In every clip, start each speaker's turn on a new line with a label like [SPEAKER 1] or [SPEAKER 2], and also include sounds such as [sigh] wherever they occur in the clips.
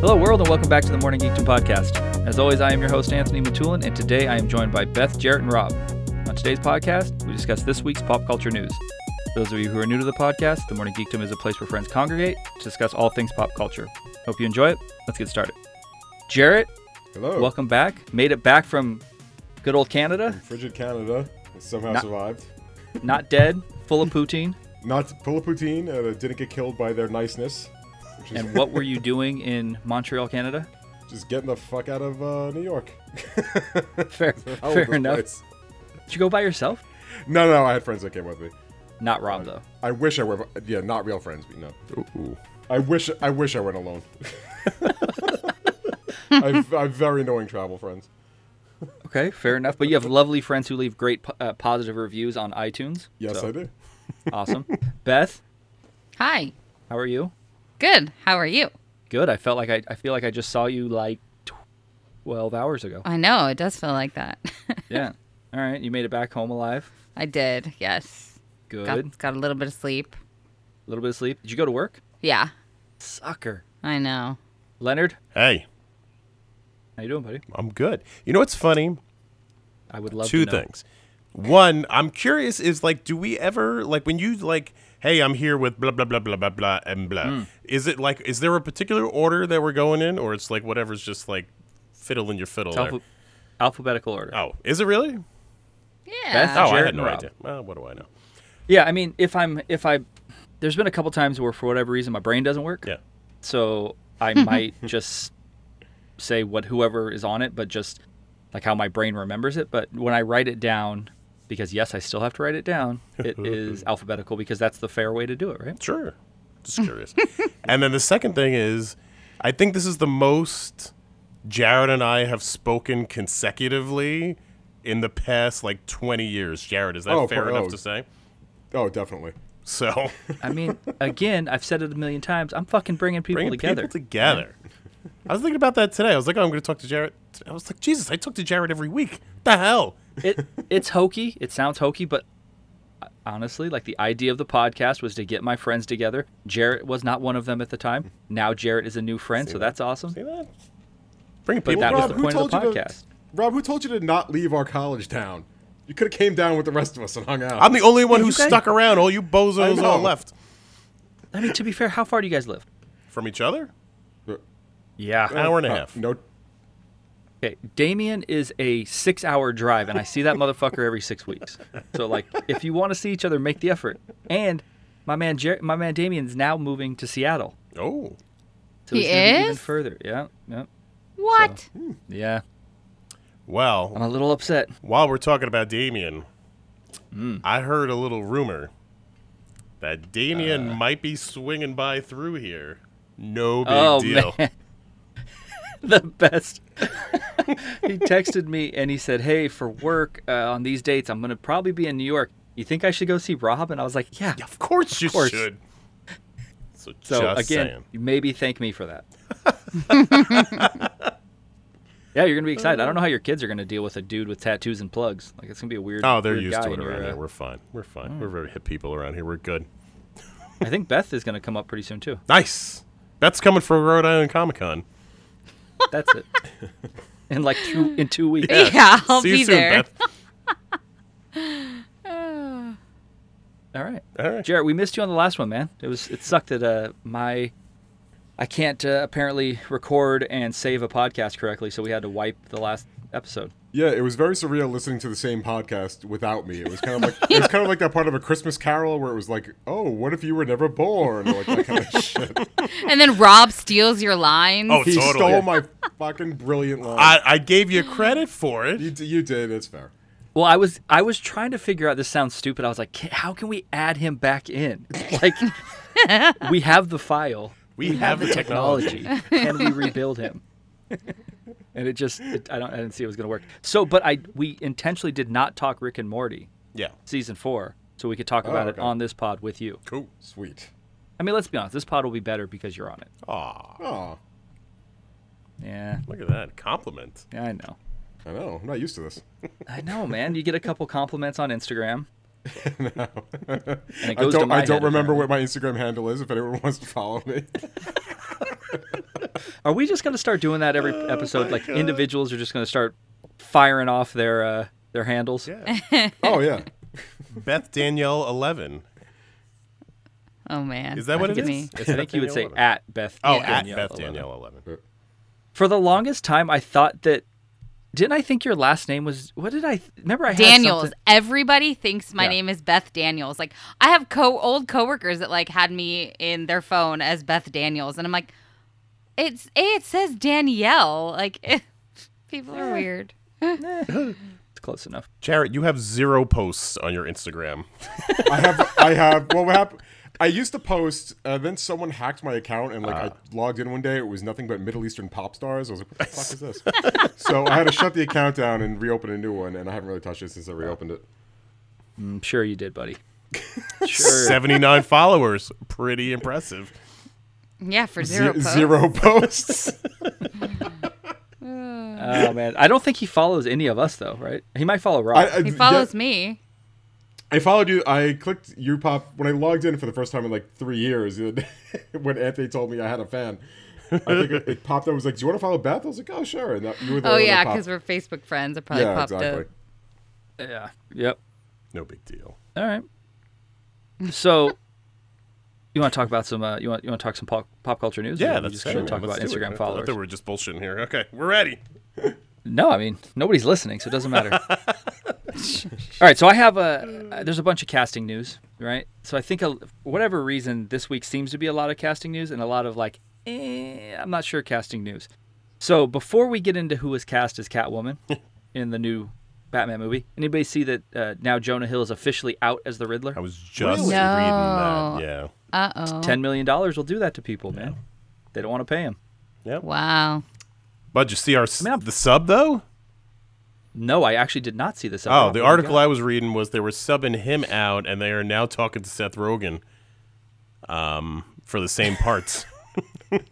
[SPEAKER 1] Hello, world, and welcome back to the Morning Geekdom podcast. As always, I am your host, Anthony Matulin, and today I am joined by Beth, Jarrett, and Rob. On today's podcast, we discuss this week's pop culture news. For those of you who are new to the podcast, the Morning Geekdom is a place where friends congregate to discuss all things pop culture. Hope you enjoy it. Let's get started. Jarrett,
[SPEAKER 2] Hello.
[SPEAKER 1] welcome back. Made it back from good old Canada.
[SPEAKER 2] Frigid Canada and somehow
[SPEAKER 1] Not-
[SPEAKER 2] survived.
[SPEAKER 1] Not dead, full of [laughs] poutine.
[SPEAKER 2] Not full of poutine and uh, didn't get killed by their niceness. Which is
[SPEAKER 1] And what were you doing in Montreal, Canada?
[SPEAKER 2] just getting the fuck out of uh, New York. [laughs]
[SPEAKER 1] [laughs] Fair,
[SPEAKER 2] All over
[SPEAKER 1] fair
[SPEAKER 2] the
[SPEAKER 1] enough.
[SPEAKER 2] place.
[SPEAKER 1] Did you go by yourself?
[SPEAKER 2] No, no, I had friends that came with me.
[SPEAKER 1] Not Rob, though.
[SPEAKER 2] I wish I were. Yeah, not real friends, but no. I wish. I wish I went alone. I've, I've very annoying travel friends.
[SPEAKER 1] Okay, fair enough. But you have lovely friends who leave great po- uh, positive reviews on iTunes.
[SPEAKER 2] Yes,
[SPEAKER 1] So,
[SPEAKER 2] I do. [laughs]
[SPEAKER 1] Awesome. Beth,
[SPEAKER 3] Hi.
[SPEAKER 1] how are you?
[SPEAKER 3] Good. How are you?
[SPEAKER 1] Good. I felt like I, I feel like I just saw you like tw- 12 hours
[SPEAKER 3] [laughs]
[SPEAKER 1] ago.
[SPEAKER 3] I know it does feel like that. [laughs]
[SPEAKER 1] Yeah. All right, you made it back home alive.
[SPEAKER 3] I did. Yes.
[SPEAKER 1] Good. A
[SPEAKER 3] Got, got a little bit of sleep.
[SPEAKER 1] little bit of sleep. Did you go to work?
[SPEAKER 3] Yeah.
[SPEAKER 1] Sucker.
[SPEAKER 3] I know.
[SPEAKER 1] Leonard,
[SPEAKER 4] Hey,
[SPEAKER 1] how you doing, buddy?
[SPEAKER 4] I'm good. You know what's funny?
[SPEAKER 1] I would love
[SPEAKER 4] Two
[SPEAKER 1] to know.
[SPEAKER 4] things. One, I'm curious is like, do we ever like when you like, hey, I'm here with blah blah blah blah blah blah and blah.
[SPEAKER 1] Hmm.
[SPEAKER 4] Is it like, is there a particular order that we're going in, or it's like whatever's just like fiddle in your fiddle?
[SPEAKER 1] It's
[SPEAKER 4] there?
[SPEAKER 1] alpha- alphabetical
[SPEAKER 2] Uh,
[SPEAKER 1] order.
[SPEAKER 4] oh, is it really?
[SPEAKER 1] Beth?
[SPEAKER 3] Yeah.
[SPEAKER 4] Oh, I
[SPEAKER 1] Jared
[SPEAKER 4] had no
[SPEAKER 1] and Rob.
[SPEAKER 4] idea. Well, what do I know?
[SPEAKER 1] Yeah, I mean, if I'm if I there's been a couple times where for whatever reason my brain doesn't work.
[SPEAKER 4] Yeah.
[SPEAKER 1] So
[SPEAKER 4] [laughs]
[SPEAKER 1] I might just say what whoever is on it, but just like how my brain remembers it. But when I write it down, because yes, I still have to write it down,
[SPEAKER 4] [laughs]
[SPEAKER 1] it is alphabetical because that's the fair way to do it, right?
[SPEAKER 4] Sure. Just curious. [laughs] and then the second thing is, I think this is the most Jared and I have spoken consecutively in the past like 20 years. Jared, is that
[SPEAKER 2] Oh,
[SPEAKER 4] fair
[SPEAKER 2] pro-
[SPEAKER 4] enough
[SPEAKER 2] oh.
[SPEAKER 4] to say?
[SPEAKER 2] Oh, definitely.
[SPEAKER 1] [laughs]
[SPEAKER 4] So
[SPEAKER 1] I
[SPEAKER 4] [laughs]
[SPEAKER 1] mean, again, I've said it a million times. I'm fucking bringing people
[SPEAKER 4] bringing
[SPEAKER 1] together.
[SPEAKER 4] people together. [laughs] I was thinking about that today. I was like, oh, I'm going to talk to Jared. I was like, Jesus, I talk to Jared every week. What the hell?
[SPEAKER 1] it it's hokey. It sounds hokey, but honestly, like the idea of the podcast was to get my friends together. Jarrett was not one of them at the time. Now Jarrett is a new friend, so that's awesome.
[SPEAKER 4] See that? Bringing
[SPEAKER 1] But
[SPEAKER 4] people
[SPEAKER 1] that was
[SPEAKER 4] together.
[SPEAKER 1] the point of the
[SPEAKER 2] you
[SPEAKER 1] podcast.
[SPEAKER 2] To, Rob, who told you to not leave our college town? You could have came down with the rest of us and hung out.
[SPEAKER 4] I'm the only one
[SPEAKER 1] Yeah,
[SPEAKER 4] who
[SPEAKER 1] you guys-
[SPEAKER 4] stuck around. All you
[SPEAKER 2] I
[SPEAKER 4] bozos
[SPEAKER 2] know.
[SPEAKER 4] all left
[SPEAKER 1] I mean, to be fair, how far do you guys live?
[SPEAKER 4] from each other.
[SPEAKER 1] Yeah.
[SPEAKER 4] Hour and a
[SPEAKER 2] Uh,
[SPEAKER 4] half.
[SPEAKER 2] No,
[SPEAKER 1] Okay. Damien is a six hour drive, and I see that motherfucker every six weeks. So, like, if you want to see each other, make the effort. And my man, Jer- my man Damien's now moving to Seattle.
[SPEAKER 4] Oh.
[SPEAKER 1] So
[SPEAKER 3] He
[SPEAKER 1] he's moving even
[SPEAKER 3] is?
[SPEAKER 1] further. Yeah. Yeah.
[SPEAKER 3] What?
[SPEAKER 1] Yeah.
[SPEAKER 4] Well,
[SPEAKER 1] I'm a little upset.
[SPEAKER 4] While we're talking about Damien, I heard a little rumor that Damien might be swinging by through here. No big
[SPEAKER 1] oh
[SPEAKER 4] deal.
[SPEAKER 1] [laughs] man, the best. [laughs] he texted me and he said, "Hey, for work uh, on these dates, I'm gonna probably be in New York. You think I should go see Rob?" And I was like, "Yeah."
[SPEAKER 4] Of course you
[SPEAKER 1] course.
[SPEAKER 4] should. So,
[SPEAKER 1] So
[SPEAKER 4] just
[SPEAKER 1] again,
[SPEAKER 4] saying.
[SPEAKER 1] you maybe thank me for
[SPEAKER 4] [laughs]
[SPEAKER 1] that. yeah, you're gonna be excited. I don't know how your kids are gonna deal with a dude with tattoos and plugs. Like it's gonna be a weird.
[SPEAKER 4] Oh, they're
[SPEAKER 1] weird
[SPEAKER 4] used
[SPEAKER 1] guy
[SPEAKER 4] to it
[SPEAKER 1] in your,
[SPEAKER 4] around
[SPEAKER 1] uh,
[SPEAKER 4] here. We're fine. We're fine. We're very hip people around here. We're good.
[SPEAKER 1] I think Beth is gonna come up pretty soon
[SPEAKER 4] [laughs]
[SPEAKER 1] too.
[SPEAKER 4] Nice. That's coming from Rhode Island Comic Con.
[SPEAKER 1] That's it. in like two in two weeks.
[SPEAKER 3] Yeah, [laughs] I'll
[SPEAKER 4] See
[SPEAKER 3] be
[SPEAKER 4] you soon,
[SPEAKER 3] there.
[SPEAKER 4] Beth.
[SPEAKER 3] [laughs]
[SPEAKER 1] All right.
[SPEAKER 4] All right.
[SPEAKER 1] Jarrett, we missed you on the last one, man. It was it sucked that uh, my I can't uh, apparently record and save a podcast correctly, so we had to wipe the last episode.
[SPEAKER 2] Yeah, it was very surreal listening to the same podcast without me. It was kind of
[SPEAKER 4] [laughs]
[SPEAKER 2] like it was kind of like that part of a Christmas Carol where it was like, "Oh, what if you were never born?" Or like that kind
[SPEAKER 4] [laughs]
[SPEAKER 2] of shit.
[SPEAKER 3] And then Rob steals your lines.
[SPEAKER 4] Oh,
[SPEAKER 2] He
[SPEAKER 4] totally.
[SPEAKER 2] stole my fucking brilliant line.
[SPEAKER 4] I, I gave you credit for it.
[SPEAKER 2] you, d- you did. It's fair.
[SPEAKER 1] Well, I was I was trying to figure out. This sounds stupid. I was like, "Ca- how can we add him back in? Like, we have the file,
[SPEAKER 4] We have the
[SPEAKER 1] technology, can we rebuild him? And it just it, I don't I didn't see it was going to work. So, but I we intentionally did not talk Rick and Morty
[SPEAKER 4] Yeah.
[SPEAKER 1] season four, so we could talk about
[SPEAKER 2] Oh, okay.
[SPEAKER 1] it on this pod with you.
[SPEAKER 4] Cool.
[SPEAKER 2] Sweet.
[SPEAKER 1] I mean, let's be honest. This pod will be better because you're on it.
[SPEAKER 4] Aw,
[SPEAKER 2] Oh,
[SPEAKER 1] Yeah,
[SPEAKER 4] look at that compliment.
[SPEAKER 1] yeah, I know.
[SPEAKER 2] I know. I'm not used to this.
[SPEAKER 1] I know, man. You get a couple compliments on Instagram. no. and it
[SPEAKER 2] [laughs] I
[SPEAKER 1] goes to
[SPEAKER 2] don't.
[SPEAKER 1] my
[SPEAKER 2] I don't
[SPEAKER 1] head,
[SPEAKER 2] remember [laughs]
[SPEAKER 1] apparently.
[SPEAKER 2] what my Instagram handle is. If anyone wants to follow me,
[SPEAKER 1] Are we just going to start doing that
[SPEAKER 4] Oh
[SPEAKER 1] every episode? Like individuals are just going to start firing off their uh, their handles.
[SPEAKER 4] Yeah.
[SPEAKER 2] Oh yeah.
[SPEAKER 4] Beth Danielle 11.
[SPEAKER 3] Oh man.
[SPEAKER 4] Is that what it
[SPEAKER 3] Look at
[SPEAKER 4] is?
[SPEAKER 3] me.
[SPEAKER 4] It's
[SPEAKER 1] I think
[SPEAKER 4] Beth
[SPEAKER 1] you would
[SPEAKER 4] Danielle
[SPEAKER 1] say
[SPEAKER 4] 11.
[SPEAKER 1] at Beth.
[SPEAKER 4] Oh,
[SPEAKER 1] Danielle
[SPEAKER 4] at Beth
[SPEAKER 1] 11.
[SPEAKER 4] Danielle 11.
[SPEAKER 1] For the longest time, I thought that. Didn't I think your last name was? What did I remember? I had
[SPEAKER 3] Daniels.
[SPEAKER 1] something-
[SPEAKER 3] Everybody thinks my
[SPEAKER 1] Yeah.
[SPEAKER 3] name is Beth Daniels. Like I have co old coworkers that like had me in their phone as Beth Daniels, and I'm like, it's it says Danielle. Like [laughs] people are weird.
[SPEAKER 1] It's close enough.
[SPEAKER 4] Jarrett, you have zero posts on your [laughs] Instagram.
[SPEAKER 2] I have I have well, what happened? I used to post, uh, then someone hacked my account and like I logged in one day. It was nothing but Middle Eastern pop stars. I was like, what the fuck is this? so I had to shut the account down and reopen a new one, and I haven't really touched it since I reopened it.
[SPEAKER 1] I'm sure you did,
[SPEAKER 4] [laughs]
[SPEAKER 1] buddy. Sure.
[SPEAKER 4] 79 followers. Pretty impressive.
[SPEAKER 3] Yeah, for
[SPEAKER 2] Ze-
[SPEAKER 3] zero. posts.
[SPEAKER 2] zero posts.
[SPEAKER 3] [laughs]
[SPEAKER 1] oh man, I don't think he follows any of us though, right? He might follow Rob.
[SPEAKER 2] I, I,
[SPEAKER 3] He follows
[SPEAKER 2] yeah,
[SPEAKER 3] me.
[SPEAKER 2] I followed you. I clicked you pop when I logged in for the first time in like three years. it- [laughs] when Anthony told me I had a fan, I think it, it popped up. It was like, "Do you want to follow Beth?" I was like, "Oh, sure." And that, you were the
[SPEAKER 3] Oh
[SPEAKER 2] one that
[SPEAKER 3] yeah,
[SPEAKER 2] popped-
[SPEAKER 3] because we're Facebook friends. I probably
[SPEAKER 2] yeah,
[SPEAKER 3] popped
[SPEAKER 2] exactly.
[SPEAKER 3] up.
[SPEAKER 1] yeah. Yep.
[SPEAKER 4] No big deal.
[SPEAKER 1] All right. So, you want to talk about some? Uh, you want you want to talk some pop, pop culture news?
[SPEAKER 4] Yeah,
[SPEAKER 1] Or we
[SPEAKER 4] that's
[SPEAKER 1] just
[SPEAKER 4] true.
[SPEAKER 1] gonna talk
[SPEAKER 4] Let's
[SPEAKER 1] about
[SPEAKER 4] do it.
[SPEAKER 1] Instagram
[SPEAKER 4] I thought they
[SPEAKER 1] followers.
[SPEAKER 4] were just bullshitting here. Okay, we're ready.
[SPEAKER 1] No, I mean nobody's listening, so it doesn't matter. [laughs] All right, so I have a uh, there's a bunch of casting news, right? So I think a, for whatever reason this week seems to be a lot of casting news and a lot of like eh, I'm not sure casting news. So before we get into who was cast as
[SPEAKER 4] [laughs]
[SPEAKER 1] Catwoman in the new Batman movie, anybody see that uh, now Jonah Hill is officially out as the Riddler?
[SPEAKER 4] I was just
[SPEAKER 3] Really? No.
[SPEAKER 4] reading that. Yeah.
[SPEAKER 3] Uh oh.
[SPEAKER 1] Ten million dollars will do that to people, man. They don't want to pay him.
[SPEAKER 3] Wow.
[SPEAKER 4] But you see our s
[SPEAKER 1] mean, I'm-
[SPEAKER 4] the sub though?
[SPEAKER 1] No, I actually did not see this. I
[SPEAKER 4] Oh,
[SPEAKER 1] don't
[SPEAKER 4] the
[SPEAKER 1] know what
[SPEAKER 4] article
[SPEAKER 1] we
[SPEAKER 4] I was reading was they were subbing him out, and they are now talking to Seth Rogen, um, for the same parts.
[SPEAKER 1] got.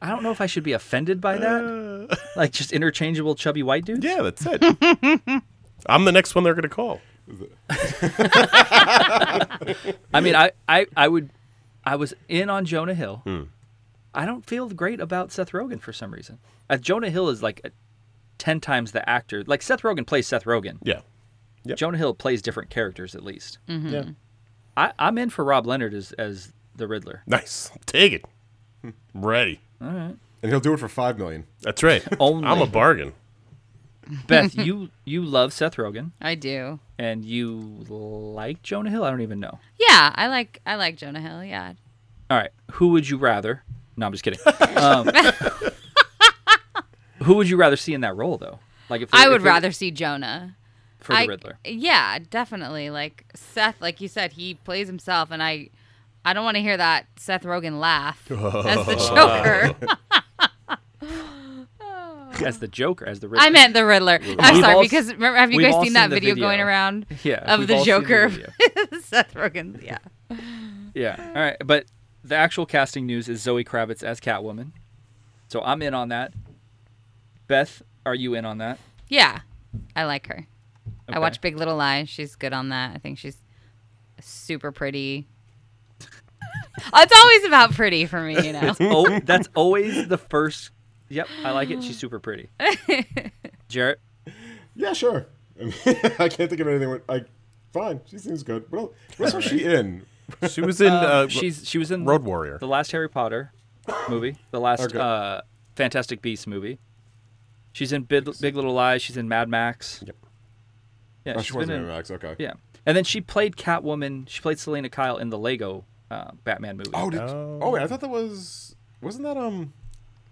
[SPEAKER 1] I don't know if I should be offended by
[SPEAKER 4] [laughs]
[SPEAKER 1] that. like just interchangeable chubby white dudes.
[SPEAKER 4] [laughs] yeah, that's it. [laughs] I'm the next one they're gonna call.
[SPEAKER 1] I mean, I, I, I would, I was in on Jonah Hill.
[SPEAKER 4] Hmm.
[SPEAKER 1] I don't feel great about Seth Rogen for some reason. Uh, Jonah Hill is like a, ten times the actor. Like Seth Rogen plays Seth Rogen.
[SPEAKER 4] Yeah,
[SPEAKER 1] Jonah Hill plays different characters at least.
[SPEAKER 4] yeah.
[SPEAKER 1] I, I'm in for Rob Leonard as as the Riddler.
[SPEAKER 4] Nice. Take it. Hmm. Ready.
[SPEAKER 2] And he'll do it for five million.
[SPEAKER 4] That's right.
[SPEAKER 1] [laughs] Only.
[SPEAKER 4] I'm a bargain.
[SPEAKER 1] Beth, [laughs]
[SPEAKER 4] [laughs]
[SPEAKER 1] you you love Seth Rogen
[SPEAKER 3] I do.
[SPEAKER 1] and you like Jonah Hill. I don't even know.
[SPEAKER 3] Yeah, I like I like Jonah Hill. Yeah.
[SPEAKER 1] All right. Who would you rather? No, I'm just kidding. Um, who would you rather see in that role, though? Like, if
[SPEAKER 3] I
[SPEAKER 1] if
[SPEAKER 3] would rather see Jonah.
[SPEAKER 1] for the
[SPEAKER 3] I-
[SPEAKER 1] Riddler.
[SPEAKER 3] Yeah, definitely. Like Seth, like you said, he plays himself, and I, I don't want to hear that Seth
[SPEAKER 2] [laughs]
[SPEAKER 3] Rogen laugh as the Joker.
[SPEAKER 1] as the Joker, as the Riddler.
[SPEAKER 3] I meant the Riddler. I'm
[SPEAKER 1] We've
[SPEAKER 3] sorry
[SPEAKER 1] all
[SPEAKER 3] because
[SPEAKER 1] s-
[SPEAKER 3] remember, have you
[SPEAKER 1] we've
[SPEAKER 3] guys
[SPEAKER 1] all
[SPEAKER 3] seen that
[SPEAKER 1] seen the
[SPEAKER 3] video,
[SPEAKER 1] video.
[SPEAKER 3] going around
[SPEAKER 1] Yeah,
[SPEAKER 3] of
[SPEAKER 1] we've
[SPEAKER 3] the
[SPEAKER 1] all seen the
[SPEAKER 3] Joker,
[SPEAKER 1] video.
[SPEAKER 3] [laughs] Seth Rogen? Yeah.
[SPEAKER 1] yeah. All right, but the actual casting news is Zoe Kravitz as Catwoman. So I'm in on that. Beth, are you in on
[SPEAKER 4] [laughs]
[SPEAKER 1] that?
[SPEAKER 3] Yeah, I like her. I
[SPEAKER 1] Okay.
[SPEAKER 3] watch Big Little Lies. She's good on that. I think she's super pretty. it's always about pretty for me, you know.
[SPEAKER 1] Oh, that's always the first. Yep, I like it. She's super
[SPEAKER 3] [laughs]
[SPEAKER 1] pretty. Jarrett,
[SPEAKER 2] Yeah, sure. [laughs] I, mean, I can't think of anything. Like, fine, she seems good. What else, what else was she
[SPEAKER 1] Uh,
[SPEAKER 2] in?
[SPEAKER 4] She
[SPEAKER 1] [laughs]
[SPEAKER 4] was in. uh,
[SPEAKER 1] Um, she's she was in
[SPEAKER 4] Road Warrior.
[SPEAKER 1] the last Harry Potter movie, the last
[SPEAKER 2] Okay.
[SPEAKER 1] uh, Fantastic Beasts movie. She's in Big, Big Little Lies. She's in Mad Max. Yep. Yeah,
[SPEAKER 2] Oh,
[SPEAKER 1] she's
[SPEAKER 2] she
[SPEAKER 1] been
[SPEAKER 2] wasn't
[SPEAKER 1] in.
[SPEAKER 2] in Max. Okay.
[SPEAKER 1] Yeah, and then she played Catwoman. She played Selena Kyle in the Lego uh, Batman movie.
[SPEAKER 2] Oh, did, oh. wait, I thought that
[SPEAKER 1] Um,
[SPEAKER 2] was wasn't that um.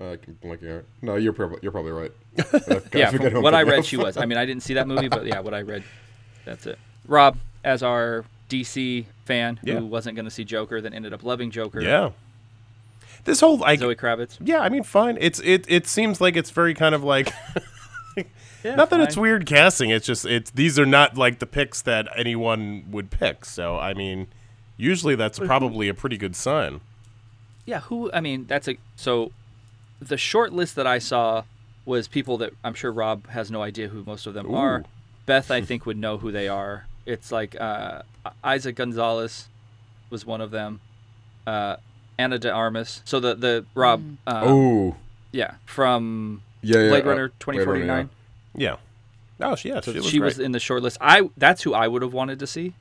[SPEAKER 2] Uh, I'm blanking out. No, you're probably you're probably right. [laughs] I forgot-
[SPEAKER 1] yeah,
[SPEAKER 2] forget
[SPEAKER 1] from
[SPEAKER 2] who I'm
[SPEAKER 1] what I
[SPEAKER 2] thinking
[SPEAKER 1] read,
[SPEAKER 2] of. [laughs]
[SPEAKER 1] she was. I mean, I didn't see that movie, but yeah, what I read, that's it. Rob, as our DC fan
[SPEAKER 4] Yeah.
[SPEAKER 1] who wasn't going to see Joker, then ended up loving Joker.
[SPEAKER 4] yeah. This whole like
[SPEAKER 1] Zoe Kravitz.
[SPEAKER 4] Yeah, I mean, fine. It's it. It seems like it's very kind of like.
[SPEAKER 1] [laughs]
[SPEAKER 4] not that it's
[SPEAKER 1] fine.
[SPEAKER 4] weird casting. It's just it's these are not like the picks that anyone would pick. So I mean, usually that's
[SPEAKER 1] Mm-hmm.
[SPEAKER 4] probably a pretty good sign.
[SPEAKER 1] Yeah, who? I mean, that's a so. The short list that I saw was people that I'm sure Rob has no idea who most of them are.
[SPEAKER 4] Ooh.
[SPEAKER 1] Beth, I think, would know who they are. It's like uh, Isaac Gonzalez was one of them. Uh, Anna de Armas. So the the Rob, uh,
[SPEAKER 2] Oh,
[SPEAKER 1] yeah, from
[SPEAKER 2] yeah, yeah.
[SPEAKER 1] Blade
[SPEAKER 2] uh,
[SPEAKER 1] Runner
[SPEAKER 2] Blade Runner,
[SPEAKER 1] 2049.
[SPEAKER 2] yeah.
[SPEAKER 4] Yeah. Oh, she- yeah, she was
[SPEAKER 1] she
[SPEAKER 4] great.
[SPEAKER 1] was in the short list. I that's who I would have wanted to see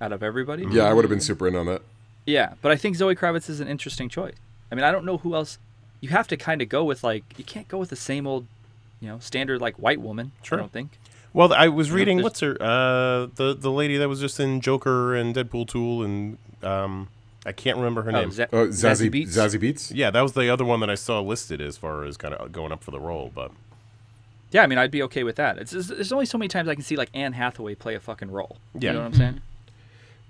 [SPEAKER 1] out of everybody.
[SPEAKER 2] Yeah, I would have been super in on that.
[SPEAKER 1] Yeah, but I think Zoe Kravitz is an interesting choice. I mean, I don't know who else. You have to kind of go with like you can't go with the same old, you know, standard like white woman.
[SPEAKER 4] Sure.
[SPEAKER 1] I don't think.
[SPEAKER 4] well, I was reading
[SPEAKER 1] there's-
[SPEAKER 4] what's her uh the the lady that was just in Joker and Deadpool Tool and um I can't remember her name.
[SPEAKER 1] Za-
[SPEAKER 2] Oh, Zazie,
[SPEAKER 1] Zazie Beetz?
[SPEAKER 2] Zazie Beats.
[SPEAKER 4] yeah, that was the other one that I saw listed as far as kind of going up for the role, but
[SPEAKER 1] Yeah, I mean, I'd be okay with that. It's, it's there's only so many times I can see like Anne Hathaway play a fucking role.
[SPEAKER 4] Yeah.
[SPEAKER 1] you know what I'm saying.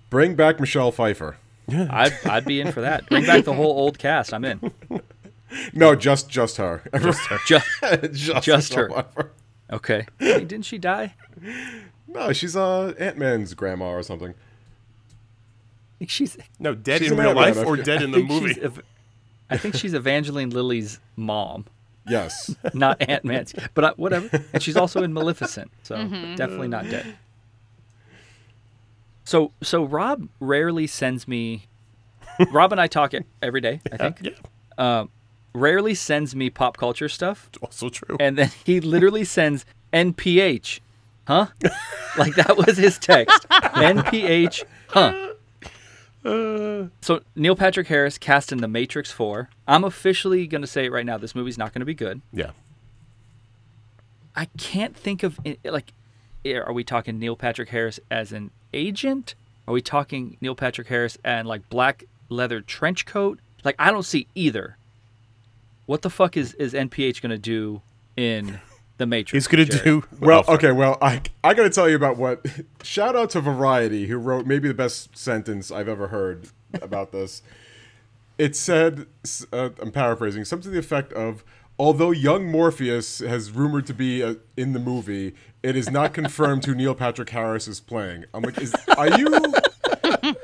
[SPEAKER 2] Bring back Michelle Pfeiffer.
[SPEAKER 4] Hmm.
[SPEAKER 1] I'd I'd be in for that. Bring back the whole old cast. I'm
[SPEAKER 4] [laughs]
[SPEAKER 1] in.
[SPEAKER 2] No, just just her. [laughs] Just,
[SPEAKER 1] Ju- Just
[SPEAKER 2] Michelle
[SPEAKER 1] her.
[SPEAKER 2] Pfeiffer.
[SPEAKER 1] okay. Hey, didn't she die? I
[SPEAKER 2] No, she's uh, Ant Man's grandma or something.
[SPEAKER 1] think she's.
[SPEAKER 4] no, dead
[SPEAKER 2] She's
[SPEAKER 4] in
[SPEAKER 2] a
[SPEAKER 4] real
[SPEAKER 2] bad guy,
[SPEAKER 4] life
[SPEAKER 2] though.
[SPEAKER 4] or dead
[SPEAKER 1] [laughs]
[SPEAKER 4] in
[SPEAKER 1] I
[SPEAKER 4] the
[SPEAKER 1] think
[SPEAKER 4] movie.
[SPEAKER 1] she's Ev- I think she's Evangeline Lilly's mom,
[SPEAKER 2] Yes.
[SPEAKER 1] not Aunt Man's. But I, whatever. And she's also in Maleficent, so definitely not dead. So so Rob rarely sends me. Rob and I talk e- every day. I think Um,
[SPEAKER 4] yeah,
[SPEAKER 1] rarely sends me pop culture stuff.
[SPEAKER 4] also true.
[SPEAKER 1] and then he literally sends NPH, huh? like that was his text. NPH, huh? So Neil Patrick Harris cast in The Matrix 4. I'm officially going to say it right now. This movie's not going to be good.
[SPEAKER 4] yeah.
[SPEAKER 1] I can't think of it, like, yeah, are we talking Neil Patrick Harris as an agent? Are we talking Neil Patrick Harris and like black leather trench coat? Like I don't see either. What the fuck is is NPH going to do in The Matrix?
[SPEAKER 4] He's going to
[SPEAKER 1] Jared?
[SPEAKER 4] do oh,
[SPEAKER 2] Well,
[SPEAKER 4] Alfred.
[SPEAKER 2] okay. Well, I I gotta tell you about what. [laughs] Shout out to Variety, who wrote maybe the best sentence I've ever heard about this. It said, s- uh, I'm paraphrasing, something to the effect of, although young Morpheus has rumored to be uh, in the movie, it is not confirmed who Neil Patrick Harris is playing. I'm like, is, are you? [laughs]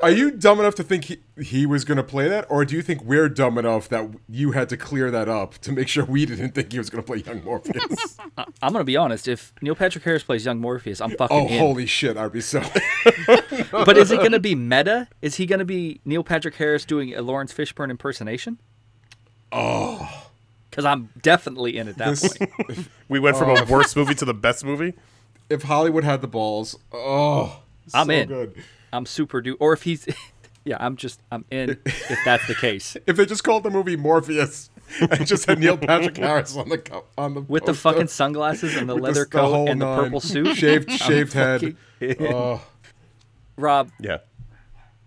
[SPEAKER 2] Are you dumb enough to think he, he was going to play that, or do you think we're dumb enough that you had to clear that up to make sure we didn't think he was going to play Young Morpheus?
[SPEAKER 1] I'm gonna be honest. If Neil Patrick Harris plays young Morpheus, I'm fucking
[SPEAKER 2] Oh,
[SPEAKER 1] in.
[SPEAKER 2] holy shit! I'd be so.
[SPEAKER 1] [laughs] But is it gonna be meta? Is he gonna be Neil Patrick Harris doing a Lawrence Fishburne impersonation? Oh, because I'm definitely in at that
[SPEAKER 2] This-
[SPEAKER 1] point.
[SPEAKER 4] we went from a worst movie to the best movie.
[SPEAKER 2] if Hollywood had the balls, oh,
[SPEAKER 1] I'm
[SPEAKER 2] so
[SPEAKER 1] in.
[SPEAKER 2] Good.
[SPEAKER 1] I'm super do. Or if he's, [laughs] yeah, I'm just I'm in if that's the case.
[SPEAKER 2] If they just called the movie Morpheus and just had Neil
[SPEAKER 1] [laughs]
[SPEAKER 2] Patrick Harris on the co- on the
[SPEAKER 1] With the
[SPEAKER 2] poster.
[SPEAKER 1] fucking sunglasses and the
[SPEAKER 2] Oh, With the-
[SPEAKER 1] leather
[SPEAKER 2] the
[SPEAKER 1] coat
[SPEAKER 2] whole
[SPEAKER 1] and the
[SPEAKER 2] nine.
[SPEAKER 1] purple
[SPEAKER 2] [laughs]
[SPEAKER 1] suit, [laughs]
[SPEAKER 2] shaved shaved head.
[SPEAKER 1] fucking
[SPEAKER 2] Oh,
[SPEAKER 1] Rob,
[SPEAKER 4] Yeah.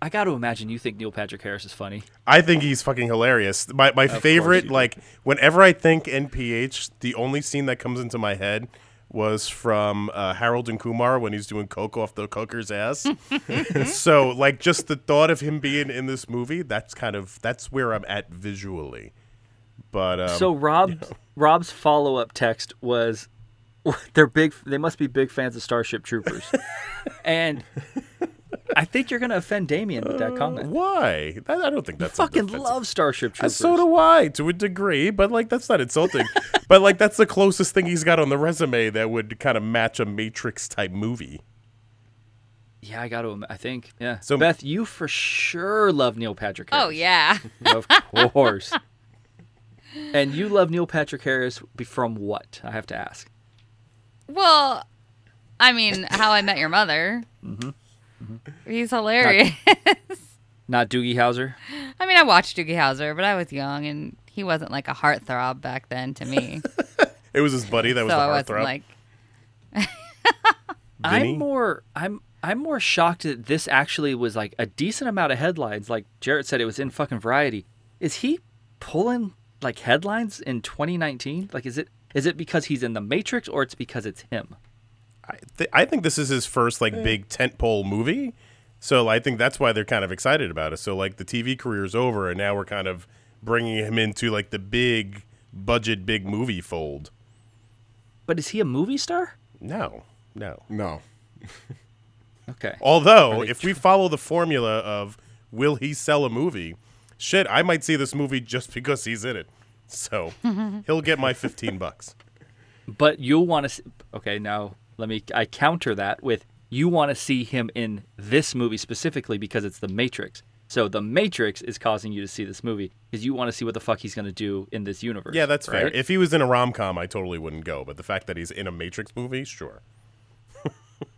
[SPEAKER 1] I got to imagine you think Neil Patrick Harris is funny.
[SPEAKER 4] I think he's fucking hilarious. My my favorite, like, whenever I think NPH, the only scene that comes into my head was from uh, Harold and Kumar when he's doing coke off the cooker's ass. [laughs] so, like, just the thought of him being in this movie, that's kind of that's where I'm at visually. But um,
[SPEAKER 1] So Rob's Rob's follow up text was, [laughs] "They're big. They must be big fans of Starship Troopers," and I think you're gonna offend Damien with that comment.
[SPEAKER 4] why? That, I don't think Uh, that's
[SPEAKER 1] Fucking
[SPEAKER 4] defensive-
[SPEAKER 1] love Starship
[SPEAKER 4] Uh,
[SPEAKER 1] Troopers.
[SPEAKER 4] So do I, to a degree, but like that's
[SPEAKER 3] [laughs]
[SPEAKER 4] not insulting. but like that's the closest thing he's got on the resume that would kind of match a Matrix type movie.
[SPEAKER 1] yeah, I got to. I think. Yeah. So
[SPEAKER 4] So-
[SPEAKER 1] Beth, you for sure love Neil Patrick. Harris.
[SPEAKER 3] Oh yeah.
[SPEAKER 1] of course. and you love Neil Patrick Harris be- from what? I have to ask.
[SPEAKER 3] Well, I mean, How I Met Your Mother. He's hilarious.
[SPEAKER 1] Not Doogie Howser.
[SPEAKER 3] [laughs] I mean, I watched Doogie Howser, but I was young and he wasn't like a heartthrob back then to me.
[SPEAKER 4] It was his buddy that was
[SPEAKER 3] so
[SPEAKER 4] the
[SPEAKER 3] I wasn't
[SPEAKER 4] heartthrob.
[SPEAKER 3] like,
[SPEAKER 1] I'm
[SPEAKER 4] Vinny?
[SPEAKER 1] more I'm I'm more shocked that this actually was like a decent amount of headlines. Like Jarrett said, it was in fucking Variety. Is he pulling like headlines in 2019? Like, is it is it because he's in the Matrix or it's because it's him?
[SPEAKER 4] I, th- I think this is his first like big tentpole movie, so I think that's why they're kind of excited about it. So like the TV career's over, and now we're kind of bringing him into like the big budget, big movie fold.
[SPEAKER 1] But is he a movie star?
[SPEAKER 4] No, no.
[SPEAKER 2] no.
[SPEAKER 1] Okay.
[SPEAKER 4] Although, if we follow the formula of will he sell a movie, shit, I might see this movie just [laughs] because he's in it. So he'll get my 15 bucks.
[SPEAKER 1] But you'll want to. Okay, now let me. I counter that with you want to see him in this movie specifically because it's the Matrix. So the Matrix is causing you to see this movie because you want to see what the fuck he's going to do in this universe.
[SPEAKER 4] Yeah, that's fair.
[SPEAKER 1] right?
[SPEAKER 4] If he was in a rom com, I totally wouldn't go. But the fact that he's in a Matrix movie, sure.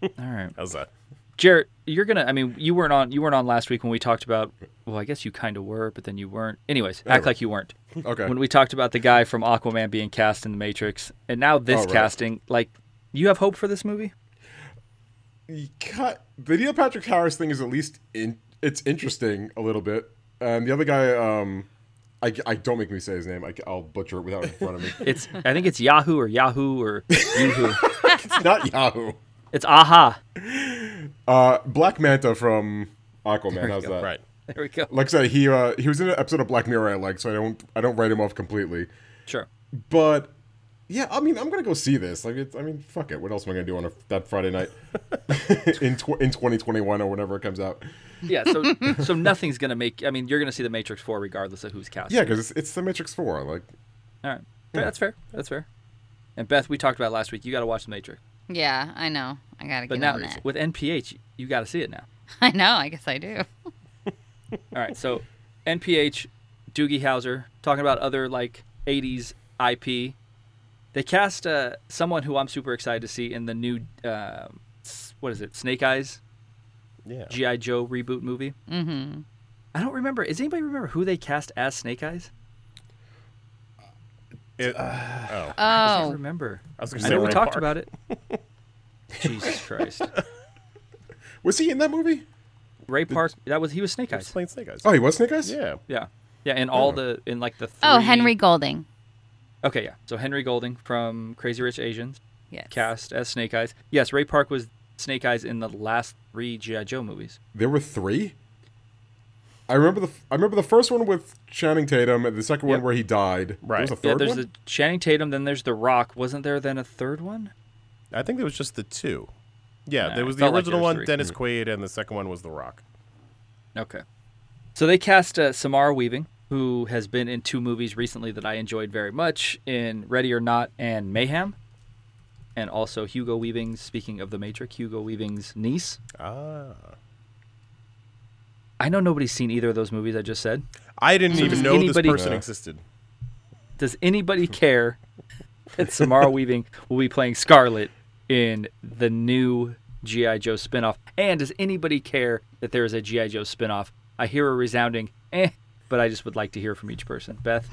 [SPEAKER 1] All right.
[SPEAKER 4] How's that?
[SPEAKER 1] Jarrett, you're gonna. I mean, you weren't on. You weren't on last week when we talked about. Well, I guess you kind of were, but then you weren't. Anyways, act like you weren't. [laughs]
[SPEAKER 2] Okay.
[SPEAKER 1] When we talked about the guy from Aquaman being cast in The Matrix, and now this
[SPEAKER 2] Oh, right.
[SPEAKER 1] casting, like, you have hope for this movie?
[SPEAKER 2] You cut- the Neil Patrick Harris thing is at least in, it's interesting a little bit. And the other guy, um, I, I don't make me say his name. I, will butcher it without it in front of me.
[SPEAKER 1] It's. I think it's Yahoo or Yahoo or Yahoo.
[SPEAKER 2] it's
[SPEAKER 1] [laughs]
[SPEAKER 2] not Yahoo.
[SPEAKER 1] It's Aha.
[SPEAKER 2] Uh, Black Manta from Aquaman. How's that?
[SPEAKER 4] Right.
[SPEAKER 1] [laughs] There we go.
[SPEAKER 2] Like I said, he uh, he was in an episode of Black Mirror I like, so I don't I don't write him off completely.
[SPEAKER 1] Sure.
[SPEAKER 2] But yeah, I mean, I'm gonna go see this. Like, it's, I mean, fuck it. What else am I gonna do on a, that Friday
[SPEAKER 1] [laughs]
[SPEAKER 2] night [laughs] in tw- in 2021 or whenever it comes out?
[SPEAKER 1] Yeah. [laughs] So so nothing's gonna make. I mean, you're gonna see The Matrix four regardless of who's cast.
[SPEAKER 2] Yeah, because it's, it's the Matrix Four. Like,
[SPEAKER 1] All right. That's fair. That's fair. And Beth, we talked about last week. You got to watch The Matrix.
[SPEAKER 3] Yeah, I know. I gotta
[SPEAKER 1] But
[SPEAKER 3] get
[SPEAKER 1] now
[SPEAKER 3] on that.
[SPEAKER 1] with NPH, you got to see it now.
[SPEAKER 3] [laughs] I know. I guess I do.
[SPEAKER 1] All right, [laughs] so NPH, Doogie Howser, talking about other like '80s IP. They cast uh, someone who I'm super excited to see in the new uh, s- what is it, Snake Eyes
[SPEAKER 4] Yeah.
[SPEAKER 1] GI Joe reboot movie. Mm-hmm. I don't remember. Is anybody remember who they cast as Snake Eyes?
[SPEAKER 4] It-
[SPEAKER 1] Uh,
[SPEAKER 4] oh,
[SPEAKER 1] I can't
[SPEAKER 3] Oh,
[SPEAKER 1] remember.
[SPEAKER 4] I was going to
[SPEAKER 1] I
[SPEAKER 4] say
[SPEAKER 1] know we
[SPEAKER 4] Ray
[SPEAKER 1] talked
[SPEAKER 4] Park.
[SPEAKER 1] about [laughs] it. Jesus Christ,
[SPEAKER 2] was he in that movie?
[SPEAKER 1] Ray Park. That was he was Snake Eyes.
[SPEAKER 4] Plain Snake Eyes.
[SPEAKER 2] Oh, he was Snake Eyes.
[SPEAKER 4] Yeah.
[SPEAKER 1] Yeah, yeah, in all the in like the. Three...
[SPEAKER 3] oh, Henry Golding.
[SPEAKER 1] Okay, yeah. So Henry Golding from Crazy Rich Asians.
[SPEAKER 3] Yes.
[SPEAKER 1] cast as Snake Eyes. Yes, Ray Park was Snake Eyes in the last three GI Joe movies.
[SPEAKER 2] There were three. I remember the f- I remember the first one with Channing Tatum, and the second
[SPEAKER 1] Yep.
[SPEAKER 2] one where he died. There was
[SPEAKER 4] Right.
[SPEAKER 2] a
[SPEAKER 1] yeah,
[SPEAKER 2] third
[SPEAKER 1] there's
[SPEAKER 2] one.
[SPEAKER 1] the Channing Tatum. Then there's the Rock. Wasn't there then a third one?
[SPEAKER 4] I think there was just the two. Yeah,
[SPEAKER 1] Nah,
[SPEAKER 4] there
[SPEAKER 1] it
[SPEAKER 4] was the
[SPEAKER 1] felt like
[SPEAKER 4] original
[SPEAKER 1] there was
[SPEAKER 4] one,
[SPEAKER 1] three.
[SPEAKER 4] Dennis Quaid, and the second one was The Rock.
[SPEAKER 1] Okay. So they cast uh, Samara Weaving, who has been in two movies recently that I enjoyed very much, in Ready or Not and Mayhem, and also Hugo Weaving's. Speaking of the Matrix, Hugo Weaving's niece.
[SPEAKER 4] Ah.
[SPEAKER 1] I know nobody's seen either of those movies I just said.
[SPEAKER 4] I didn't even
[SPEAKER 1] does
[SPEAKER 4] know
[SPEAKER 1] anybody-
[SPEAKER 4] this person
[SPEAKER 2] Yeah.
[SPEAKER 4] existed.
[SPEAKER 1] Does anybody care that Samara Weaving will be playing Scarlet in the new G.I. Joe spinoff? And does anybody care that there is a G.I. Joe spinoff? I hear a resounding eh, but I just would like to hear from each person. Beth,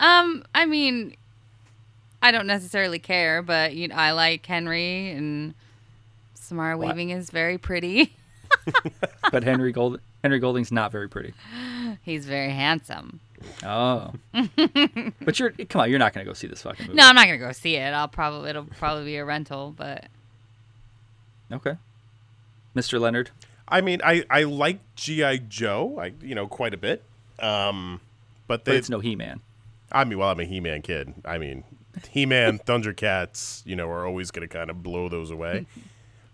[SPEAKER 3] Um, I mean, I don't necessarily care, but you know, I like Henry and Samara
[SPEAKER 1] What?
[SPEAKER 3] Weaving is very pretty. [laughs]
[SPEAKER 1] but Henry Gold Henry Golding's not very pretty.
[SPEAKER 3] He's very handsome.
[SPEAKER 1] Oh. but you're come on, you're not gonna go see this fucking movie.
[SPEAKER 3] No, I'm not gonna go see it. I'll probably it'll probably be a rental, but
[SPEAKER 1] Okay. Mr. Leonard.
[SPEAKER 4] I mean, I, I like G.I. Joe, I you know, quite a bit. Um,
[SPEAKER 1] But
[SPEAKER 4] but they,
[SPEAKER 1] it's no He Man.
[SPEAKER 4] I mean, well, I'm a He-Man kid. I mean, He-Man, [laughs] Thundercats, you know, are always going to kind of blow
[SPEAKER 1] [laughs]
[SPEAKER 4] those away.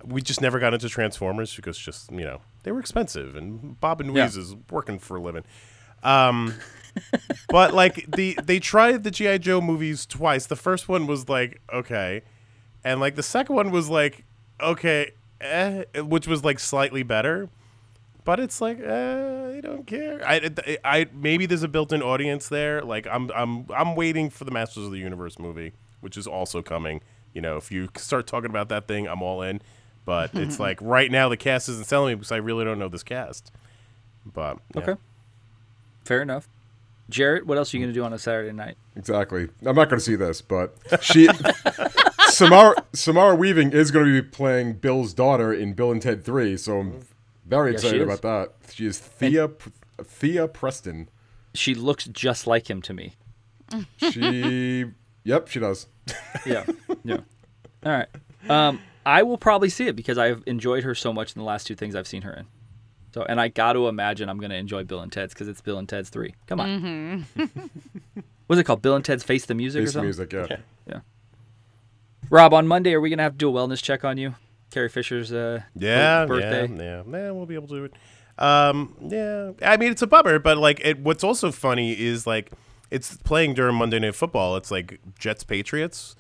[SPEAKER 4] we just never got into Transformers because just, you know, they were expensive and Bob and
[SPEAKER 1] Yeah.
[SPEAKER 4] Weeze is working for a living. Um but like the they tried the GI Joe movies twice. The first one was like, okay. And like the second one was like, okay, eh, which was like slightly better but it's like uh, I don't care. I, I, I maybe there's a built-in audience there. Like I'm I'm I'm waiting for the Masters of the Universe movie, which is also coming. You know, if you start talking about that thing, I'm all in. But it's like right now the cast isn't selling me because I really don't know this cast. But yeah.
[SPEAKER 1] Okay. Fair enough. Jarrett, what else are you gonna do on a Saturday night?
[SPEAKER 2] Exactly. I'm not going to see this, but she [laughs] Samara Samara Weaving is going to be playing Bill's daughter in Bill and Ted 3, so I'm very
[SPEAKER 1] Yes, she
[SPEAKER 2] excited
[SPEAKER 1] is.
[SPEAKER 2] about that. She is Thea P Thea Preston.
[SPEAKER 1] She looks just like him to me. [laughs]
[SPEAKER 2] She Yep, she does.
[SPEAKER 1] yeah [laughs] yeah all right um i will probably see it because i've enjoyed her so much in the last two things i've seen her in so and i got to imagine i'm going to enjoy bill and ted's because it's bill and ted's three come on [laughs] what's it called bill and ted's face the music or
[SPEAKER 2] Face
[SPEAKER 1] something
[SPEAKER 2] music, yeah.
[SPEAKER 1] yeah rob on monday are we going to have to do a wellness check on you carrie fisher's uh
[SPEAKER 4] Yeah,
[SPEAKER 1] birthday
[SPEAKER 4] yeah, yeah, yeah. We'll be able to do it. Um, yeah, I mean it's a bummer, but like, it, what's also funny is like, it's playing during Monday Night Football. It's like Jets Patriots,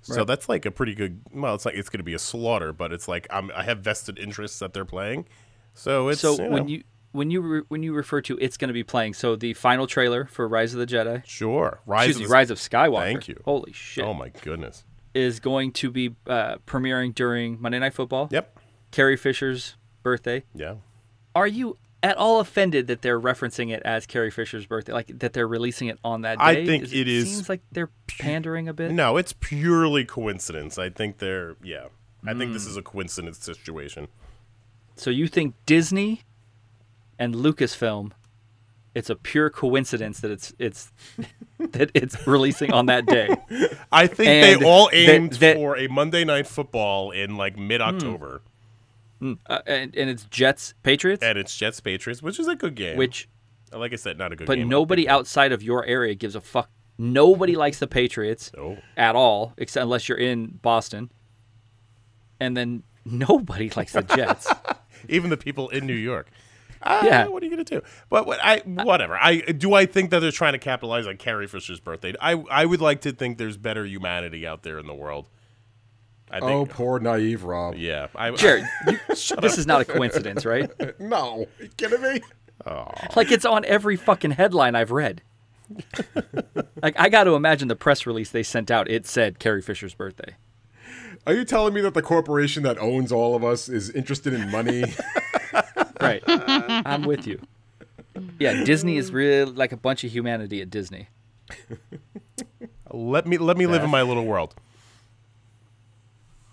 [SPEAKER 4] so
[SPEAKER 1] Right.
[SPEAKER 4] that's like a pretty good. Well, it's like it's going to be a slaughter, but it's like I'm, I have vested interests that they're playing, So it's
[SPEAKER 1] So
[SPEAKER 4] you
[SPEAKER 1] when
[SPEAKER 4] know,
[SPEAKER 1] you when you re- when you refer to it's going to be playing, so the final trailer for Rise of the Jedi,
[SPEAKER 4] sure rise
[SPEAKER 1] excuse
[SPEAKER 4] of
[SPEAKER 1] me,
[SPEAKER 4] the-
[SPEAKER 1] Rise of Skywalker.
[SPEAKER 4] Thank you.
[SPEAKER 1] Holy shit,
[SPEAKER 4] Oh my goodness.
[SPEAKER 1] is going to be uh, premiering during Monday Night Football.
[SPEAKER 4] Yep.
[SPEAKER 1] Carrie Fisher's birthday.
[SPEAKER 4] Yeah.
[SPEAKER 1] Are you at all offended that they're referencing it as Carrie Fisher's birthday, like that they're releasing it on that day?
[SPEAKER 4] I think it is-
[SPEAKER 1] Seems like they're pandering a bit.
[SPEAKER 4] No, it's purely coincidence. I think they're yeah. I think
[SPEAKER 1] Hmm.
[SPEAKER 4] this is a coincidence situation.
[SPEAKER 1] So you think Disney and Lucasfilm? It's a pure coincidence that it's it's that it's releasing on that day.
[SPEAKER 4] I think
[SPEAKER 1] And
[SPEAKER 4] they all
[SPEAKER 1] that-
[SPEAKER 4] aimed
[SPEAKER 1] that-
[SPEAKER 4] for a Monday night football in like mid October,
[SPEAKER 1] uh, and, and it's Jets Patriots,
[SPEAKER 4] and it's Jets Patriots, which is a good game.
[SPEAKER 1] which
[SPEAKER 4] like I said, not a good
[SPEAKER 1] but
[SPEAKER 4] game.
[SPEAKER 1] nobody outside of your area gives a fuck. Nobody likes the Patriots
[SPEAKER 4] No.
[SPEAKER 1] at all, except unless you're in Boston. And then nobody likes the Jets.
[SPEAKER 4] [laughs] even the people in New York.
[SPEAKER 1] [laughs]
[SPEAKER 4] Ah,
[SPEAKER 1] Yeah.
[SPEAKER 4] What are you gonna do? But what I whatever. I do I think that they're trying to capitalize on Carrie Fisher's birthday. I I would like to think there's better humanity out there in the world. I think.
[SPEAKER 2] Oh, poor naive Rob.
[SPEAKER 4] yeah. I, [laughs]
[SPEAKER 1] Jared, you, this is not a coincidence, right?
[SPEAKER 2] No, you kidding me?
[SPEAKER 1] Like it's on every fucking headline I've read. like I got to imagine the press release they sent out. It said Carrie Fisher's birthday.
[SPEAKER 2] Are you telling me that the corporation that owns all of us is interested in
[SPEAKER 1] [laughs]
[SPEAKER 2] money?
[SPEAKER 1] Right. [laughs] I'm with you. Yeah, Disney is real like a bunch of humanity at Disney.
[SPEAKER 4] Let me let me live in my little world.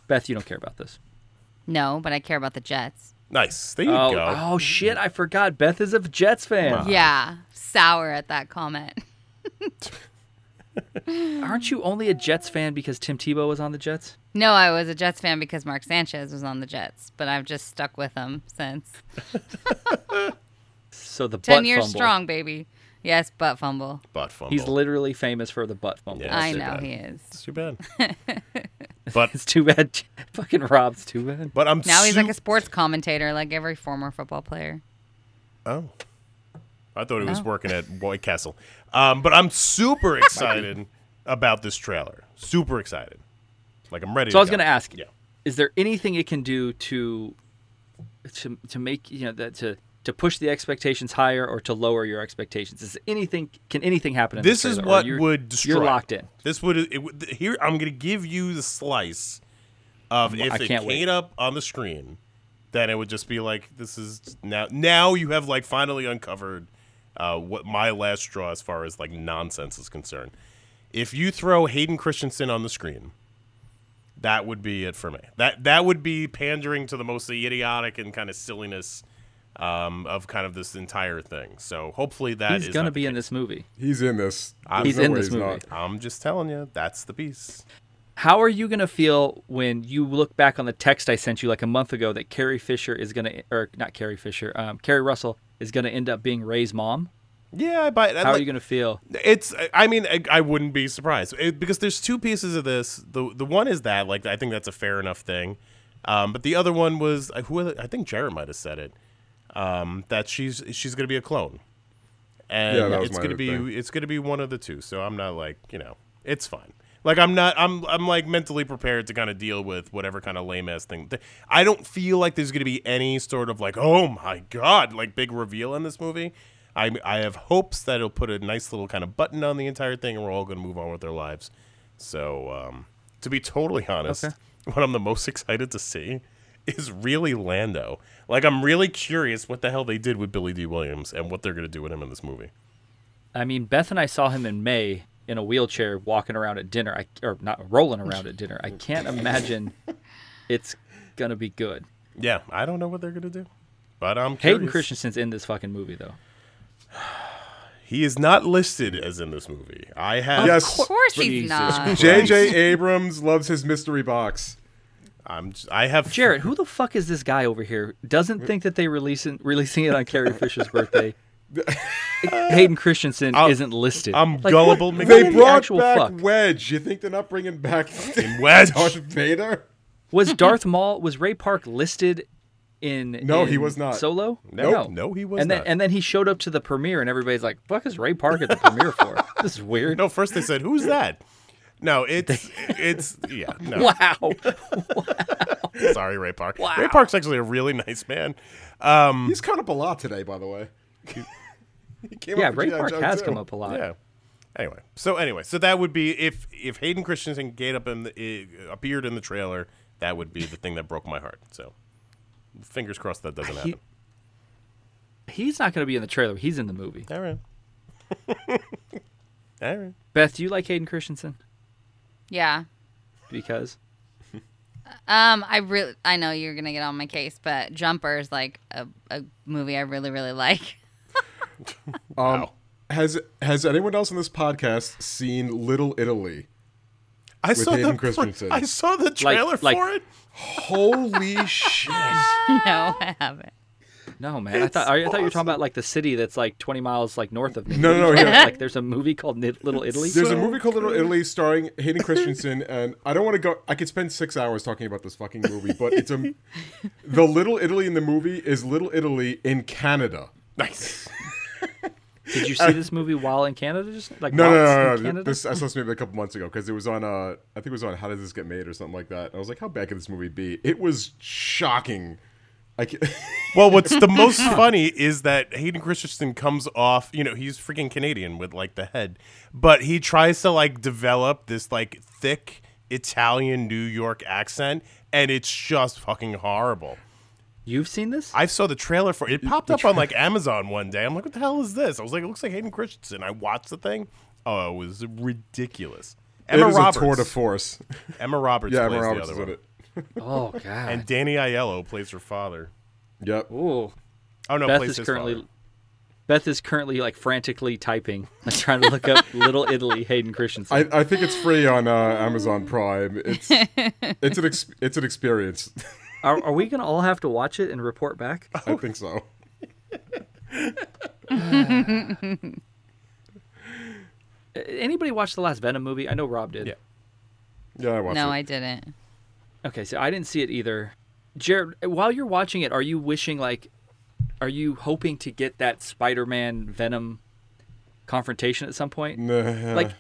[SPEAKER 1] Beth, you don't care about this.
[SPEAKER 3] No, but I care about the Jets.
[SPEAKER 4] Nice. There you
[SPEAKER 1] Oh,
[SPEAKER 4] go.
[SPEAKER 1] oh shit! I forgot. Beth is a Jets fan.
[SPEAKER 3] Yeah, sour at that comment. [laughs]
[SPEAKER 1] Aren't you only a Jets fan because Tim Tebow was on the Jets?
[SPEAKER 3] No, I was a Jets fan because Mark Sanchez was on the Jets, but I've just stuck with him since.
[SPEAKER 1] So the
[SPEAKER 3] Ten
[SPEAKER 1] butt
[SPEAKER 3] years
[SPEAKER 1] fumble.
[SPEAKER 3] strong, baby. Yes, butt fumble.
[SPEAKER 4] Butt fumble.
[SPEAKER 1] He's literally famous for the butt fumble.
[SPEAKER 4] Yeah.
[SPEAKER 3] I
[SPEAKER 4] too
[SPEAKER 3] know
[SPEAKER 4] bad.
[SPEAKER 3] he is.
[SPEAKER 4] It's too
[SPEAKER 3] [laughs]
[SPEAKER 4] bad. but
[SPEAKER 1] It's too bad. [laughs] Fucking Rob's too bad.
[SPEAKER 4] but I'm
[SPEAKER 3] Now he's like
[SPEAKER 4] su-
[SPEAKER 3] a sports commentator, like every former football player.
[SPEAKER 4] Oh. I thought he was working at White Castle. Um, but
[SPEAKER 1] [laughs]
[SPEAKER 4] I'm super excited about this trailer. Super excited. Like I'm ready.
[SPEAKER 1] So I was
[SPEAKER 4] go.
[SPEAKER 1] gonna ask,
[SPEAKER 4] Yeah.
[SPEAKER 1] is there anything it can do to, to to make you know that to to push the expectations higher or to lower your expectations? Is anything can anything happen? In
[SPEAKER 4] This
[SPEAKER 1] this
[SPEAKER 4] is
[SPEAKER 1] trailer, or
[SPEAKER 4] what
[SPEAKER 1] you're-
[SPEAKER 4] would destroy.
[SPEAKER 1] You're locked in.
[SPEAKER 4] This would it, would- here. I'm gonna give you the slice of if
[SPEAKER 1] Mm, I
[SPEAKER 4] it
[SPEAKER 1] can't
[SPEAKER 4] came
[SPEAKER 1] wait.
[SPEAKER 4] up on the screen, then it would just be like this is now. Now you have like finally uncovered uh, what my last straw as far as like nonsense is concerned. If you throw Hayden Christensen on the screen, that would be it for me. That that would be pandering to the mostly idiotic and kind of silliness um, of kind of this entire thing. So hopefully that
[SPEAKER 1] He's
[SPEAKER 4] is
[SPEAKER 1] gonna
[SPEAKER 4] not the
[SPEAKER 1] be in
[SPEAKER 4] case.
[SPEAKER 1] this movie.
[SPEAKER 2] He's in this. There's
[SPEAKER 1] He's
[SPEAKER 2] no
[SPEAKER 1] in
[SPEAKER 2] way
[SPEAKER 1] this
[SPEAKER 2] he's
[SPEAKER 1] movie.
[SPEAKER 2] not.
[SPEAKER 4] I'm just telling you, that's the piece.
[SPEAKER 1] How are you gonna feel when you look back on the text I sent you like a month ago that Carrie Fisher is gonna or not Carrie Fisher, um, Carrie Russell is gonna end up being Ray's mom?
[SPEAKER 4] Yeah, I buy it.
[SPEAKER 1] How are you gonna feel?
[SPEAKER 4] It's. I mean, I, I wouldn't be surprised It- because there's two pieces of this. The the one is that like I think that's a fair enough thing, um, but the other one was uh, who I think Jared might have said it um, that she's she's gonna be a clone, and
[SPEAKER 2] Yeah, that was
[SPEAKER 4] it's
[SPEAKER 2] my
[SPEAKER 4] gonna be
[SPEAKER 2] thing.
[SPEAKER 4] it's gonna be one of the two. So I'm not like you know it's fine. Like I'm not I'm I'm like mentally prepared to kind of deal with whatever kind of lame ass thing. Th- I don't feel like there's gonna be any sort of like oh my god like big reveal in this movie. I I have hopes that it'll put a nice little kind of button on the entire thing and we're all gonna move on with our lives. So um, to be totally honest,
[SPEAKER 1] Okay.
[SPEAKER 4] what I'm the most [laughs] excited to see is really Lando. Like I'm really curious what the hell they did with Billy D. Williams and what they're gonna do with him in this movie.
[SPEAKER 1] I mean, Beth and I saw him in May in a wheelchair walking around at dinner. I or not rolling around at dinner. I can't imagine it's gonna be good.
[SPEAKER 4] Yeah, I don't know what they're gonna do, but I'm
[SPEAKER 1] Hayden
[SPEAKER 4] curious.
[SPEAKER 1] Christensen's in this fucking movie though.
[SPEAKER 4] He is not listed as in this movie. I have.
[SPEAKER 2] Yes,
[SPEAKER 3] Of course he's
[SPEAKER 1] Jesus
[SPEAKER 4] [laughs]
[SPEAKER 3] not.
[SPEAKER 2] J.J. Abrams loves his mystery box.
[SPEAKER 4] I'm. j- I have.
[SPEAKER 1] Jared, who the fuck is this guy over here? Doesn't think that they releasing releasing it on Carrie Fisher's
[SPEAKER 4] [laughs]
[SPEAKER 1] birthday. Hayden Christensen isn't listed.
[SPEAKER 4] I'm
[SPEAKER 1] Like,
[SPEAKER 4] gullible.
[SPEAKER 1] what-
[SPEAKER 4] Mc-
[SPEAKER 2] They
[SPEAKER 1] in the
[SPEAKER 2] brought
[SPEAKER 1] actual
[SPEAKER 2] back
[SPEAKER 1] fuck?
[SPEAKER 2] Wedge. You think they're not bringing back
[SPEAKER 4] Wedge.
[SPEAKER 2] [laughs] Darth Vader?
[SPEAKER 1] Was Darth Maul was Ray Park listed in
[SPEAKER 2] No, he
[SPEAKER 1] in
[SPEAKER 2] was not.
[SPEAKER 1] Solo?
[SPEAKER 4] Nope. No, he was
[SPEAKER 1] and Then,
[SPEAKER 4] not.
[SPEAKER 1] and then he showed up to
[SPEAKER 4] [laughs]
[SPEAKER 1] the premiere and everybody's like, "Fuck is Ray Park at the premiere for?" This is weird.
[SPEAKER 4] No, first they said, "Who's that?" No, it's it's
[SPEAKER 1] [laughs]
[SPEAKER 4] yeah. No,
[SPEAKER 1] Wow.
[SPEAKER 4] sorry, Ray Park.
[SPEAKER 1] Wow.
[SPEAKER 4] Ray Park's actually a really nice man. Um,
[SPEAKER 2] He's caught up a lot today, by the way. He [laughs] came
[SPEAKER 1] yeah,
[SPEAKER 2] up for
[SPEAKER 1] Ray
[SPEAKER 2] G.I.
[SPEAKER 1] Park
[SPEAKER 2] Joe,
[SPEAKER 1] has
[SPEAKER 2] too.
[SPEAKER 1] come up a lot.
[SPEAKER 4] Yeah. Anyway, so anyway, so that would be if if Hayden Christensen get up in the, i appeared in the trailer, that would be the thing that broke my heart. So, fingers crossed that doesn't
[SPEAKER 1] He-
[SPEAKER 4] happen.
[SPEAKER 1] He's not going to be in the trailer. He's in the movie.
[SPEAKER 4] All right. All right.
[SPEAKER 1] Beth, do you like Hayden Christensen?
[SPEAKER 3] Yeah.
[SPEAKER 1] Because
[SPEAKER 3] Um, I really, I know you're gonna get on my case, but Jumper is like a, a movie I really, really like. [laughs]
[SPEAKER 2] Um, Has has anyone else on this podcast seen Little Italy?
[SPEAKER 4] I saw
[SPEAKER 2] Hayden
[SPEAKER 4] the pr-
[SPEAKER 2] Christensen.
[SPEAKER 4] [laughs] I saw the trailer
[SPEAKER 1] like-
[SPEAKER 4] for it.
[SPEAKER 2] Holy shit!
[SPEAKER 3] no, I haven't.
[SPEAKER 1] no, man. I
[SPEAKER 4] It's
[SPEAKER 1] thought I, thought you were talking about like the city that's like 20 miles like north of me.
[SPEAKER 2] No, no, no, yeah.
[SPEAKER 1] [laughs] like there's a movie called Nid- Little Italy.
[SPEAKER 2] There's a movie called Little Italy starring Hayden Christensen, and I don't want to go. I could spend six hours talking about this fucking movie, but it's a the Little Italy in the movie is Little Italy in Canada.
[SPEAKER 4] Nice.
[SPEAKER 1] Did
[SPEAKER 2] [laughs]
[SPEAKER 1] you see this movie while in Canada? Just like
[SPEAKER 2] No,
[SPEAKER 1] while
[SPEAKER 2] no,
[SPEAKER 1] it's in
[SPEAKER 2] no, no. no.
[SPEAKER 1] Canada?
[SPEAKER 2] This I
[SPEAKER 4] [laughs]
[SPEAKER 2] saw this maybe a couple months ago because it was on. Uh, I think it was on How Does This Get Made or something like that. And I was like, how bad could this movie be? It was shocking. I [laughs] can-
[SPEAKER 4] Well, what's the most funny is that Hayden Christensen comes off, you know, he's freaking Canadian with like the head, but he tries to like develop this like thick Italian New York accent, and it's just fucking horrible.
[SPEAKER 1] You've seen this?
[SPEAKER 4] I saw the trailer for it popped up on like Amazon one day. I'm like, what the hell is this? I was like, it looks like Hayden Christensen. I watched the thing. Oh, it was ridiculous. Emma
[SPEAKER 2] it is
[SPEAKER 4] Roberts.
[SPEAKER 2] a tour de force.
[SPEAKER 4] Emma Roberts
[SPEAKER 2] Yeah,
[SPEAKER 4] plays
[SPEAKER 2] Emma
[SPEAKER 4] the
[SPEAKER 2] Roberts is
[SPEAKER 4] other
[SPEAKER 2] in
[SPEAKER 4] one.
[SPEAKER 2] it.
[SPEAKER 1] oh god.
[SPEAKER 4] And Danny Aiello plays her father.
[SPEAKER 2] Yep.
[SPEAKER 1] Ooh.
[SPEAKER 4] Oh no,
[SPEAKER 1] Beth
[SPEAKER 4] plays
[SPEAKER 1] is
[SPEAKER 4] his
[SPEAKER 1] currently
[SPEAKER 4] father.
[SPEAKER 1] Beth is currently like frantically typing, [laughs] like trying to look up Little Italy Hayden Christensen.
[SPEAKER 2] I, I think it's free on uh, Amazon Prime.
[SPEAKER 4] [laughs]
[SPEAKER 2] It's it's an ex- it's an experience. [laughs]
[SPEAKER 1] Are, are we gonna all have to watch it and report back?
[SPEAKER 2] I think so.
[SPEAKER 1] Uh, Anybody watch the last Venom movie? I know Rob did.
[SPEAKER 4] Yeah.
[SPEAKER 2] Yeah, I watched
[SPEAKER 3] No,
[SPEAKER 2] it.
[SPEAKER 3] I didn't.
[SPEAKER 1] Okay, so I didn't see it either. Jared, while you're watching it, are you wishing like, are you hoping to get that Spider-Man Venom confrontation at some point?
[SPEAKER 2] Nah.
[SPEAKER 1] Like,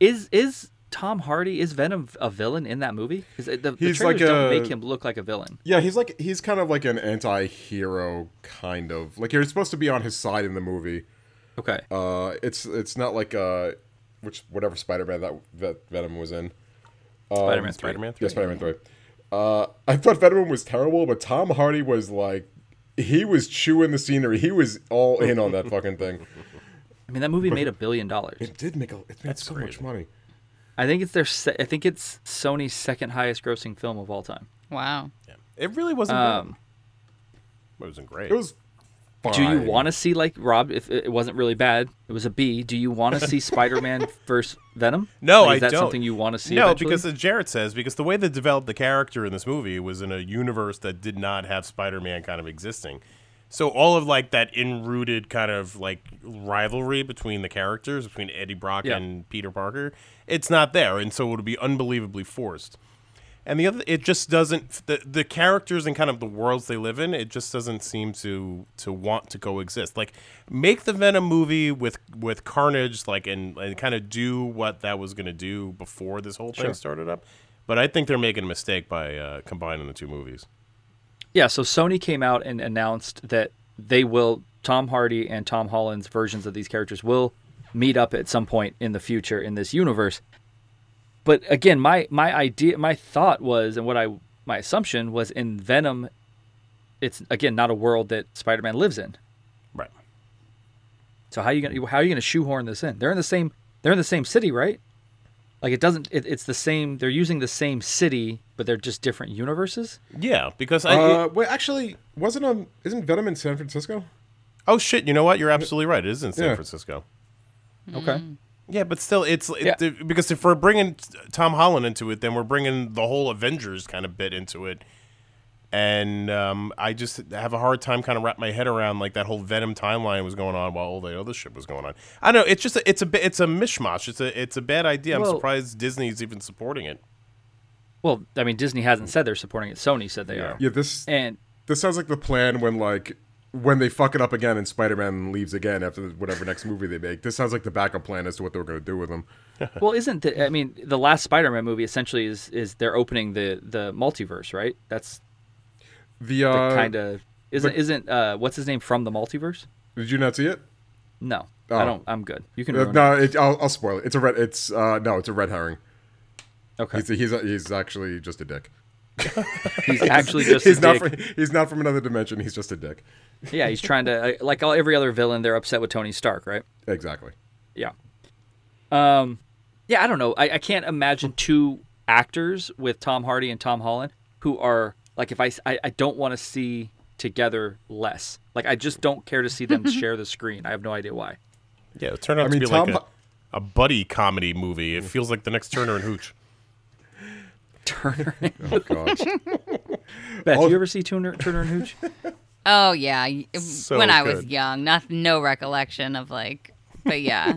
[SPEAKER 1] is is Tom Hardy is Venom a villain in that movie? Because the, the
[SPEAKER 2] He's
[SPEAKER 1] trailers
[SPEAKER 2] like
[SPEAKER 1] don't
[SPEAKER 2] a-
[SPEAKER 1] make him look like a villain.
[SPEAKER 2] yeah, he's like he's kind of like an anti-hero kind of. Like you're supposed to be on his side in the movie.
[SPEAKER 1] Okay.
[SPEAKER 2] Uh, it's it's not like uh, which whatever Spider-Man that, that Venom was in.
[SPEAKER 1] Spider-Man. three.
[SPEAKER 4] Spider-Man.
[SPEAKER 2] Yeah, Spider-Man Three. Uh, I thought Venom was terrible, but Tom Hardy was like, he was chewing the scenery. He was all in on that fucking thing.
[SPEAKER 1] I mean, that movie made a billion dollars.
[SPEAKER 2] [laughs] It did make a, it made so much
[SPEAKER 4] crazy.
[SPEAKER 2] money.
[SPEAKER 1] I think it's their. Se- I think it's Sony's second highest grossing film of all time.
[SPEAKER 3] Wow.
[SPEAKER 4] Yeah. It really wasn't.
[SPEAKER 1] Um,
[SPEAKER 4] bad. It wasn't great.
[SPEAKER 2] It was. Fine.
[SPEAKER 1] Do you want to see like Rob? If it it wasn't really bad, it was a B. Do you want to
[SPEAKER 4] [laughs]
[SPEAKER 1] see Spider-Man versus Venom?
[SPEAKER 4] No,
[SPEAKER 1] Like, is
[SPEAKER 4] I
[SPEAKER 1] that
[SPEAKER 4] don't.
[SPEAKER 1] Something you want to see?
[SPEAKER 4] No,
[SPEAKER 1] eventually?
[SPEAKER 4] because as Jared says, because the way they developed the character in this movie was in a universe that did not have Spider-Man kind of existing. So all of like that enrooted kind of like rivalry between the characters between Eddie Brock
[SPEAKER 1] Yeah.
[SPEAKER 4] and Peter Parker, it's not there, and so it would be unbelievably forced. And the other, it just doesn't the the characters and kind of the worlds they live in. It just doesn't seem to to want to coexist. Like make the Venom movie with with Carnage, like and and kind of do what that was gonna do before this whole thing started up. But I think they're making a mistake by uh, combining the two movies.
[SPEAKER 1] yeah. So Sony came out and announced that they will Tom Hardy and Tom Holland's versions of these characters will meet up at some point in the future in this universe. But again, my my idea, my thought was, and what I my assumption was in Venom, it's again not a world that Spider-Man lives in.
[SPEAKER 4] Right.
[SPEAKER 1] So how you gonna how you gonna shoehorn this in? They're in the same they're in the same city, right? Like it doesn't it, it's the same. They're using the same city, but they're just different universes.
[SPEAKER 4] Yeah, because I.
[SPEAKER 2] Uh, wait, actually, wasn't um, isn't Venom in San Francisco?
[SPEAKER 4] oh shit! You know what? You're absolutely right. It is in San
[SPEAKER 2] Yeah.
[SPEAKER 4] Francisco.
[SPEAKER 1] Okay.
[SPEAKER 4] Yeah, but still, it's it,
[SPEAKER 1] Yeah.
[SPEAKER 4] the- because if we're bringing Tom Holland into it, then we're bringing the whole Avengers kind of bit into it, and um, I just have a hard time kind of wrap my head around like that whole Venom timeline was going on while all the other shit was going on. I don't know it's just a, it's a bit it's a mishmash. It's a it's a bad idea. I'm
[SPEAKER 1] Well-
[SPEAKER 4] surprised Disney's even supporting it.
[SPEAKER 1] Well, I mean, Disney hasn't said they're supporting it. Sony said they are.
[SPEAKER 2] Yeah, this
[SPEAKER 1] And
[SPEAKER 2] this sounds like the plan when like when they fuck it up again and Spider-Man leaves again after whatever next movie they make. This sounds like the backup plan as to what they were going to do with him.
[SPEAKER 1] Well, isn't the, I mean the last Spider-Man movie essentially is is they're opening the the multiverse, right? That's
[SPEAKER 2] The,
[SPEAKER 1] the
[SPEAKER 2] uh,
[SPEAKER 1] kind of isn't isn't uh, what's his name from the multiverse?
[SPEAKER 2] Did you not see it?
[SPEAKER 1] No,
[SPEAKER 2] Oh.
[SPEAKER 1] I don't. I'm good. You can
[SPEAKER 2] Uh,
[SPEAKER 1] ruin
[SPEAKER 2] no, it, I'll, I'll spoil it. It's a red. It's uh, no, it's a red herring.
[SPEAKER 1] it. Okay,
[SPEAKER 2] He's he's he's actually just a dick. [laughs]
[SPEAKER 1] he's, actually just
[SPEAKER 2] he's
[SPEAKER 1] a
[SPEAKER 2] not
[SPEAKER 1] dick.
[SPEAKER 2] From, he's not from another dimension. He's just a dick.
[SPEAKER 1] Yeah, he's trying to uh, like all every other villain. They're upset with Tony Stark, right?
[SPEAKER 2] Exactly.
[SPEAKER 1] Yeah. Um, yeah, I don't know. I, I can't imagine two actors with Tom Hardy and Tom Holland who are like, if I, s- I, I don't want to see together less. Like, I just don't care to see [laughs] them share the screen. I have no idea why.
[SPEAKER 4] Yeah, it turned out
[SPEAKER 2] I mean,
[SPEAKER 4] to be
[SPEAKER 2] Tom
[SPEAKER 4] like
[SPEAKER 2] Ho-
[SPEAKER 4] a, a buddy comedy movie. It feels like the next Turner and [laughs] Hooch.
[SPEAKER 1] [laughs] Turner,
[SPEAKER 2] Oh
[SPEAKER 1] [laughs]
[SPEAKER 2] God.
[SPEAKER 1] Beth, you ever see Turner, Turner and [laughs] Hooch?
[SPEAKER 3] Oh yeah, y-
[SPEAKER 4] So
[SPEAKER 3] when I was
[SPEAKER 4] good.
[SPEAKER 3] young, not no recollection of like, but
[SPEAKER 4] [laughs]
[SPEAKER 3] yeah,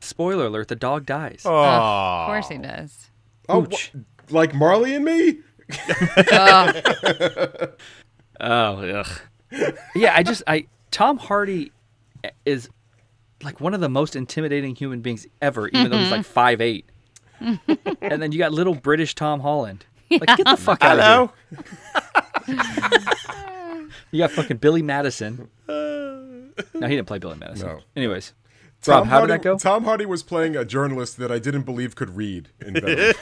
[SPEAKER 1] Spoiler alert: the dog dies.
[SPEAKER 4] Oh,
[SPEAKER 3] of course he does.
[SPEAKER 2] oh,
[SPEAKER 1] Hooch.
[SPEAKER 2] wh- like Marley and me.
[SPEAKER 1] Oh, ugh. yeah, I just I Tom Hardy is like one of the most intimidating human beings ever, even though he's like five eight. and then you got little British Tom Holland. Like get the fuck out of
[SPEAKER 4] hello.
[SPEAKER 1] here. You got fucking Billy Madison. No, he didn't play Billy Madison.
[SPEAKER 2] No.
[SPEAKER 1] Anyways. Rob, how
[SPEAKER 2] Hardy,
[SPEAKER 1] did that go?
[SPEAKER 2] Tom Hardy was playing a journalist that I didn't believe could read.
[SPEAKER 1] [laughs]
[SPEAKER 2] In Venom.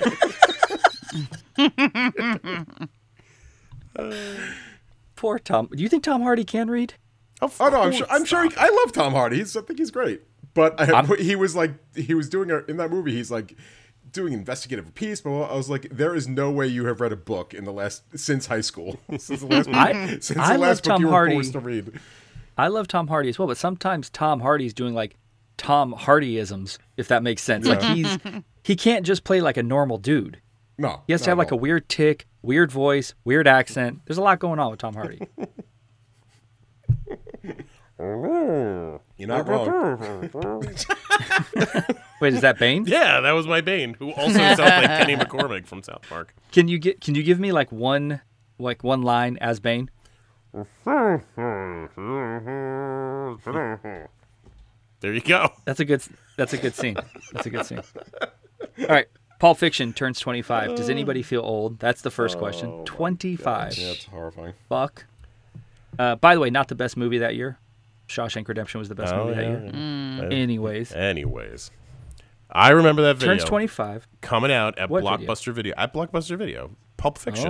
[SPEAKER 1] Poor Tom. Do you think Tom Hardy can read?
[SPEAKER 4] Of
[SPEAKER 2] oh no, I'm
[SPEAKER 4] course.
[SPEAKER 2] sure. I'm sure. He, I love Tom Hardy. He's, I think he's great. But I, he was like, he was doing a, in that movie. He's like doing investigative piece. But I was like, there is no way you have read a book in the last since high school. [laughs] since the last book,
[SPEAKER 1] I-
[SPEAKER 2] since the
[SPEAKER 1] I love
[SPEAKER 2] last book
[SPEAKER 1] Tom
[SPEAKER 2] you
[SPEAKER 1] Hardy.
[SPEAKER 2] were forced to read.
[SPEAKER 1] I love Tom Hardy as well, but sometimes Tom Hardy's doing like Tom Hardyisms, if that makes sense. Like he's he can't just play like a normal dude.
[SPEAKER 2] No,
[SPEAKER 1] He has to have like a weird tick, weird voice, weird accent. There's a lot going on with Tom Hardy.
[SPEAKER 2] You're not wrong.
[SPEAKER 1] Wait, is that Bane?
[SPEAKER 4] Yeah, that was my Bane, who
[SPEAKER 1] [laughs]
[SPEAKER 4] also sounds like Kenny McCormick from South Park.
[SPEAKER 1] Can you get? Can you give me like one, like one line as Bane?
[SPEAKER 4] There you go.
[SPEAKER 1] That's a good. That's a good scene. That's a good scene. All right. Pulp Fiction turns 25. Does anybody feel old? That's the first question. 25.
[SPEAKER 2] Yeah, it's horrifying.
[SPEAKER 1] Fuck. Uh, by the way, not the best movie that year. Shawshank Redemption was the best movie that year. Anyways,
[SPEAKER 4] Anyways, I remember that video
[SPEAKER 1] turns 25.
[SPEAKER 4] coming out at
[SPEAKER 1] What video?
[SPEAKER 4] Blockbuster video? at Blockbuster Video, Pulp Fiction.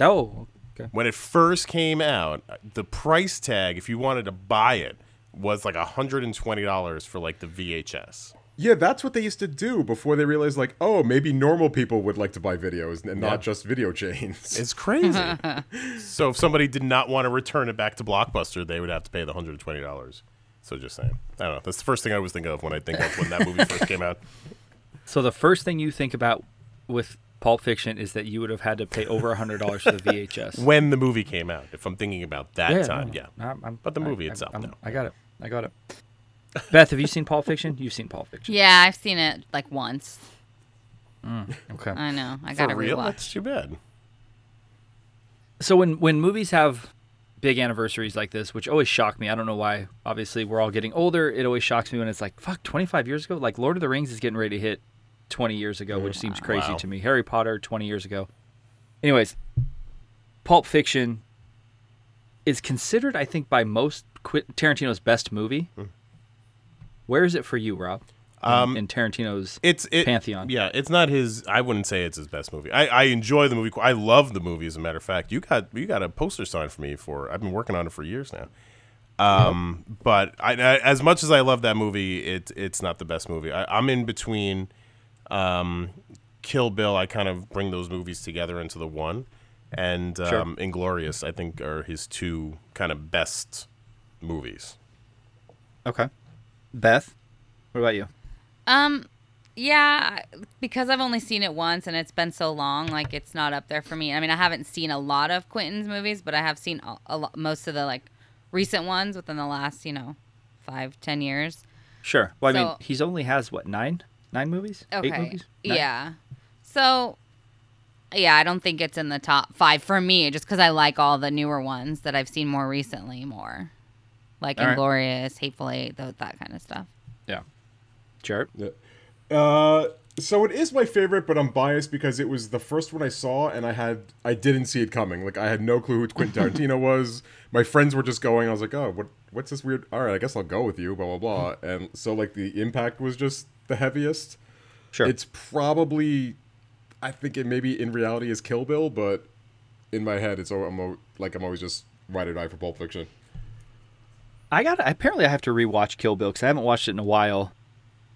[SPEAKER 1] Oh. Oh. Okay.
[SPEAKER 4] When it first came out, the price tag if you wanted to buy it was like hundred and twenty dollars for like the VHS.
[SPEAKER 2] Yeah, that's what they used to do before they realized, like, oh, maybe normal people would like to buy videos and not just video chains.
[SPEAKER 4] It's crazy. [laughs] so if somebody did not want to return it back to Blockbuster, they would have to pay the hundred and twenty dollars. So just saying, I don't know. That's the first thing I always think of when I think of when that movie first came out.
[SPEAKER 1] So the first thing you think about with Pulp Fiction is that you would have had to pay over hundred dollars for the VHS.
[SPEAKER 4] [laughs] When the movie came out, if I'm thinking about that
[SPEAKER 1] Yeah,
[SPEAKER 4] time,
[SPEAKER 1] no,
[SPEAKER 4] yeah.
[SPEAKER 1] no, I'm- I'm-
[SPEAKER 4] But the
[SPEAKER 1] I-
[SPEAKER 4] movie
[SPEAKER 1] I'm-
[SPEAKER 4] itself,
[SPEAKER 1] I'm-
[SPEAKER 4] no.
[SPEAKER 1] I got it. I got it. Beth, have you seen Pulp Fiction? You've seen Pulp Fiction.
[SPEAKER 3] Yeah, I've seen it like once.
[SPEAKER 1] Okay.
[SPEAKER 3] I know. I
[SPEAKER 4] For
[SPEAKER 3] gotta
[SPEAKER 4] real,
[SPEAKER 3] rewatch.
[SPEAKER 4] that's too bad.
[SPEAKER 1] So when when movies have big anniversaries like this, which always shock me, I don't know why. Obviously, we're all getting older. It always shocks me when it's like, fuck, 25 years ago. Like Lord of the Rings is getting ready to hit 20 years ago, which seems crazy
[SPEAKER 4] Mm, Wow.
[SPEAKER 1] to me. Harry Potter 20 years ago. Anyways, Pulp Fiction is considered, I think, by most Qu- Tarantino's best movie.
[SPEAKER 4] Hmm.
[SPEAKER 1] Where is it for you, Rob? In- in Tarantino's
[SPEAKER 4] It's Um, it,
[SPEAKER 1] Pantheon.
[SPEAKER 4] Yeah, it's not his. I wouldn't say it's his best movie. I, I enjoy the movie. qu- I love the movie. As a matter of fact, you got you got a poster sign for me for. I've been working on it for years now. Um, but I, I- as much as I love that movie, it it's not the best movie. I, I'm in between. Um, Kill Bill. I kind of bring those movies together into the one, and um, Inglorious. I think are his two kind of best movies.
[SPEAKER 1] Okay. Beth, what about you?
[SPEAKER 3] Um, yeah, because I've only seen it once and it's been so long, like it's not up there for me. I mean, I haven't seen a lot of Quentin's movies, but I have seen a, a lot, most of the like recent ones within the last, you know, five, ten years.
[SPEAKER 1] Sure. Well, I mean,
[SPEAKER 3] So-
[SPEAKER 1] he's only has what nine, nine movies,
[SPEAKER 3] Okay.
[SPEAKER 1] eight movies. Nine?
[SPEAKER 3] Yeah. So yeah, I don't think it's in the top five for me, just because I like all the newer ones that I've seen more recently more, like
[SPEAKER 1] All right.
[SPEAKER 3] Inglorious, Hateful Eight, tho- that kind of stuff.
[SPEAKER 1] Yeah. Jared?
[SPEAKER 2] Uh, so it is my favorite, but I'm biased because it was the first one I saw, and I had I didn't see it coming. Like I had no clue who Quentin Tarantino was. My friends were just going. I was like, oh, what what's this weird? All right, I guess I'll go with you. Blah blah blah. And so like the impact was just the heaviest.
[SPEAKER 1] Sure.
[SPEAKER 2] It's probably, I think it maybe in reality is Kill Bill, but in my head it's al- I'm al- like I'm always just right or die for Pulp Fiction.
[SPEAKER 1] I got. Apparently, I have to rewatch Kill Bill because I haven't watched it in a while.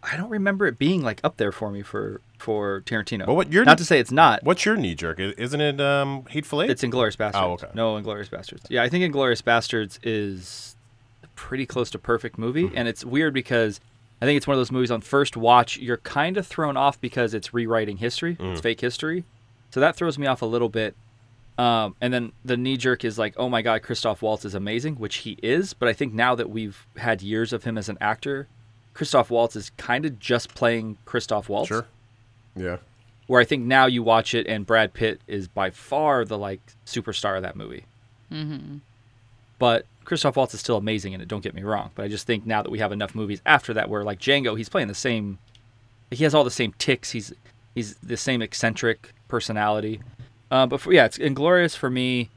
[SPEAKER 1] I don't remember it being like up there for me for for Tarantino.
[SPEAKER 4] But what you're-
[SPEAKER 1] not to say it's not.
[SPEAKER 4] What's your knee jerk? Isn't it um, Hateful Eight?
[SPEAKER 1] It's Inglorious Bastards.
[SPEAKER 4] Oh, okay.
[SPEAKER 1] No, Inglorious Bastards. Yeah, I think Inglorious Bastards is a pretty close to perfect movie,
[SPEAKER 4] Mm-hmm.
[SPEAKER 1] and it's weird because I think it's one of those movies on first watch you're kind of thrown off because it's rewriting history,
[SPEAKER 4] Mm.
[SPEAKER 1] it's fake history, so that throws me off a little bit. Um, and then the knee jerk is like, oh my god, Christoph Waltz is amazing, which he is. But I think now that we've had years of him as an actor, Christoph Waltz is kind of just playing Christoph Waltz
[SPEAKER 4] sure.
[SPEAKER 2] Yeah.
[SPEAKER 1] where I think now you watch it and Brad Pitt is by far the like superstar of that movie. Mm-hmm. But Christoph Waltz is still amazing in it. Don't get me wrong, but I just think now that we have enough movies after that, where like Django, he's playing the same. He has all the same ticks. He's he's the same eccentric personality. Uh, but for, yeah, it's Inglorious for me.